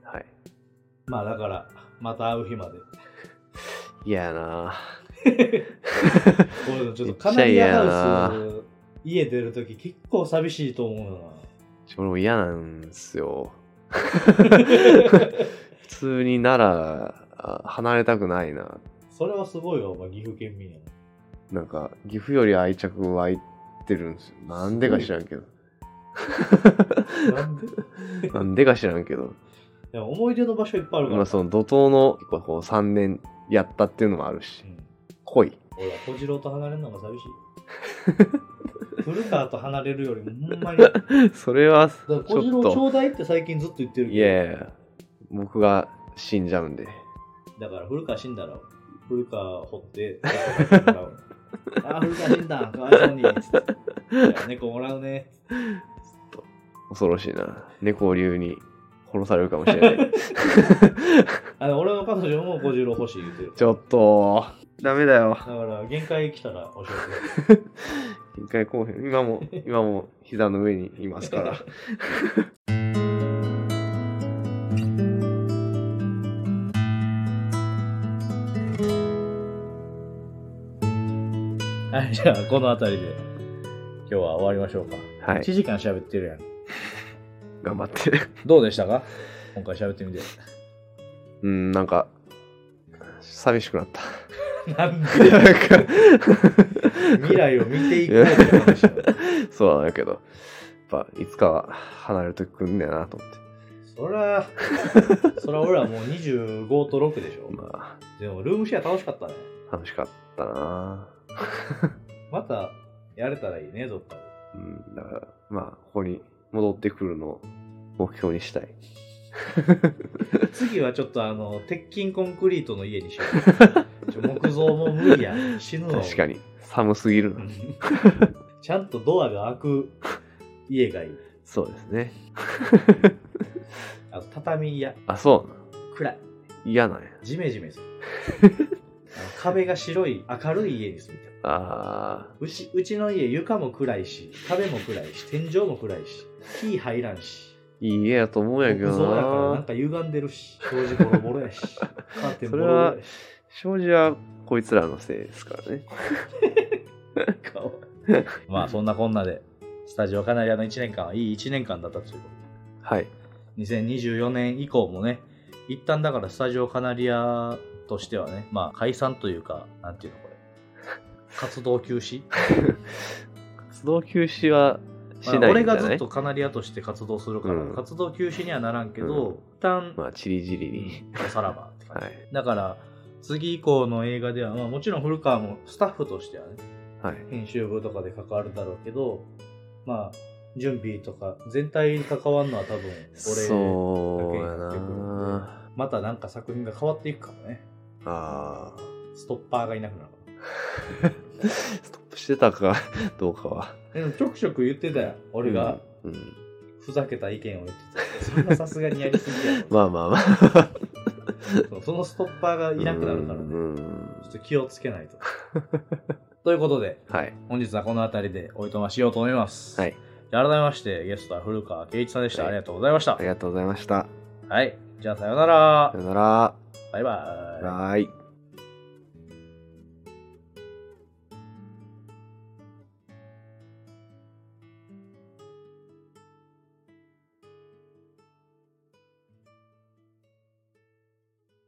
Speaker 2: はい
Speaker 1: まあだからまた会う日まで
Speaker 2: 嫌やな
Speaker 1: 俺でもちょっとカナリアハウス家出るとき結構寂しいと思うよ
Speaker 2: 俺も嫌なんです よ普通になら離れたくないな
Speaker 1: な。それはすごいわ、お前岐阜県民やな。
Speaker 2: なんか岐阜より愛着湧いてるんですよなんでか知らんけど
Speaker 1: なんで
Speaker 2: なんでか知らんけ ど
Speaker 1: でも思い出の場所いっぱいあるから。
Speaker 2: まあその怒涛の結構こう3年やったっていうのもあるし
Speaker 1: うん
Speaker 2: 濃い
Speaker 1: 俺は小次郎と離れるのが寂し い。古川と離れるよりもほんまに。だか
Speaker 2: それはち
Speaker 1: ら
Speaker 2: ょっ
Speaker 1: 小次郎ち
Speaker 2: と
Speaker 1: ょうだいって最近ずっと言ってる
Speaker 2: い
Speaker 1: け
Speaker 2: やいや僕が死んじゃうんで
Speaker 1: ど。だから古川死んだら、古川掘 って、猫飼ってもらうあー、古川死んだ、かわいそうに。つってじゃあ猫もらうね。
Speaker 2: 恐ろしいな猫を理由に殺されるかもしれな い
Speaker 1: あの俺の彼女も小次郎欲しい言ってる。
Speaker 2: ちょっとダメだよ
Speaker 1: だから限界来たら教えてください。
Speaker 2: 一回こうへん今も今も膝の上にいま すから
Speaker 1: はい、じゃあ、この辺りで、今日は終わりましょうか。
Speaker 2: はい
Speaker 1: 1時間喋ってるやん。
Speaker 2: 頑張って
Speaker 1: どうでしたか今回喋ってみて。
Speaker 2: うんなんか寂しく なった
Speaker 1: なんで
Speaker 2: なんか
Speaker 1: 未来を見ていこうって話だ
Speaker 2: そうなんだけどやっぱいつかは離れる時来るんだよなと思って
Speaker 1: そら、そら俺らもう25と6でしょ。
Speaker 2: まあ
Speaker 1: でも、ルームシェア楽しかったね。
Speaker 2: 楽しかったな
Speaker 1: また、やれたらいいね、どっかで。
Speaker 2: うんだからまあここに戻ってくるのを目標にしたい
Speaker 1: 次はちょっとあの、鉄筋コンクリートの家にしよう。ちょ木造も無理や。死ぬわ。
Speaker 2: 確かに寒すぎる
Speaker 1: う。
Speaker 2: なん
Speaker 1: ちゃんとドアが開く家がいい。
Speaker 2: そうですね
Speaker 1: あと、畳屋。
Speaker 2: あそうな
Speaker 1: 暗い。
Speaker 2: 嫌なんや
Speaker 1: ジメジメする。あの壁が白い、明るい家に住みたい。
Speaker 2: あ
Speaker 1: うち、うちの家、床も暗いし、壁も暗いし、天井も暗いし、火入らんし。
Speaker 2: ーいい家やと思うんやけど
Speaker 1: そうやから、なん
Speaker 2: な
Speaker 1: か歪んでるし、障子ボロボロやし、カーテンボロボロやし。
Speaker 2: 庄司はこいつらのせいですからね
Speaker 1: かわいいまあ、そんなこんなで、スタジオカナリアの1年間はいい1年間だったということ。
Speaker 2: はい
Speaker 1: 2024年以降もね、一旦だからスタジオカナリアとしてはね、まあ解散というか、なんていうの これ、活動休止
Speaker 2: 活動休止はし
Speaker 1: ま
Speaker 2: な
Speaker 1: あ
Speaker 2: いんじゃな
Speaker 1: 俺が
Speaker 2: い、
Speaker 1: ずっとカナリアとして活動するから、
Speaker 2: うん
Speaker 1: 活動休止にはならんけど、
Speaker 2: うん
Speaker 1: 一旦、
Speaker 2: まあちりじりに、
Speaker 1: おさらばって感じ
Speaker 2: はい
Speaker 1: だから、次以降の映画では、まあもちろん古川もスタッフとしてはね、
Speaker 2: はい
Speaker 1: 編集部とかで関わるだろうけど、まあ、準備とか、全体に関わるのは多分、俺、
Speaker 2: そうや
Speaker 1: だけにな
Speaker 2: な
Speaker 1: またなんか作品が変わっていくかもね。
Speaker 2: あー
Speaker 1: ストッパーがいなくなるか
Speaker 2: ストップしてたかどうかは
Speaker 1: らでもちょくちょく言ってたよ。俺が
Speaker 2: うん、うん
Speaker 1: ふざけた意見を言ってた。それはさすがにやりすぎやろ
Speaker 2: まあまあまあ
Speaker 1: そうそのストッパーがいなくなるから
Speaker 2: う
Speaker 1: ね。
Speaker 2: ん
Speaker 1: ちょっと気をつけないと。ということで、
Speaker 2: はい
Speaker 1: 本日はこの辺りでおいとましようと思います。
Speaker 2: はい
Speaker 1: 改めまして、ゲストは古川圭一さんでした。
Speaker 2: はい
Speaker 1: ありがとうございました
Speaker 2: あり。がとうございました
Speaker 1: はい。じゃあ、さようなら
Speaker 2: さ。よなら
Speaker 1: バイバイ。
Speaker 2: バイ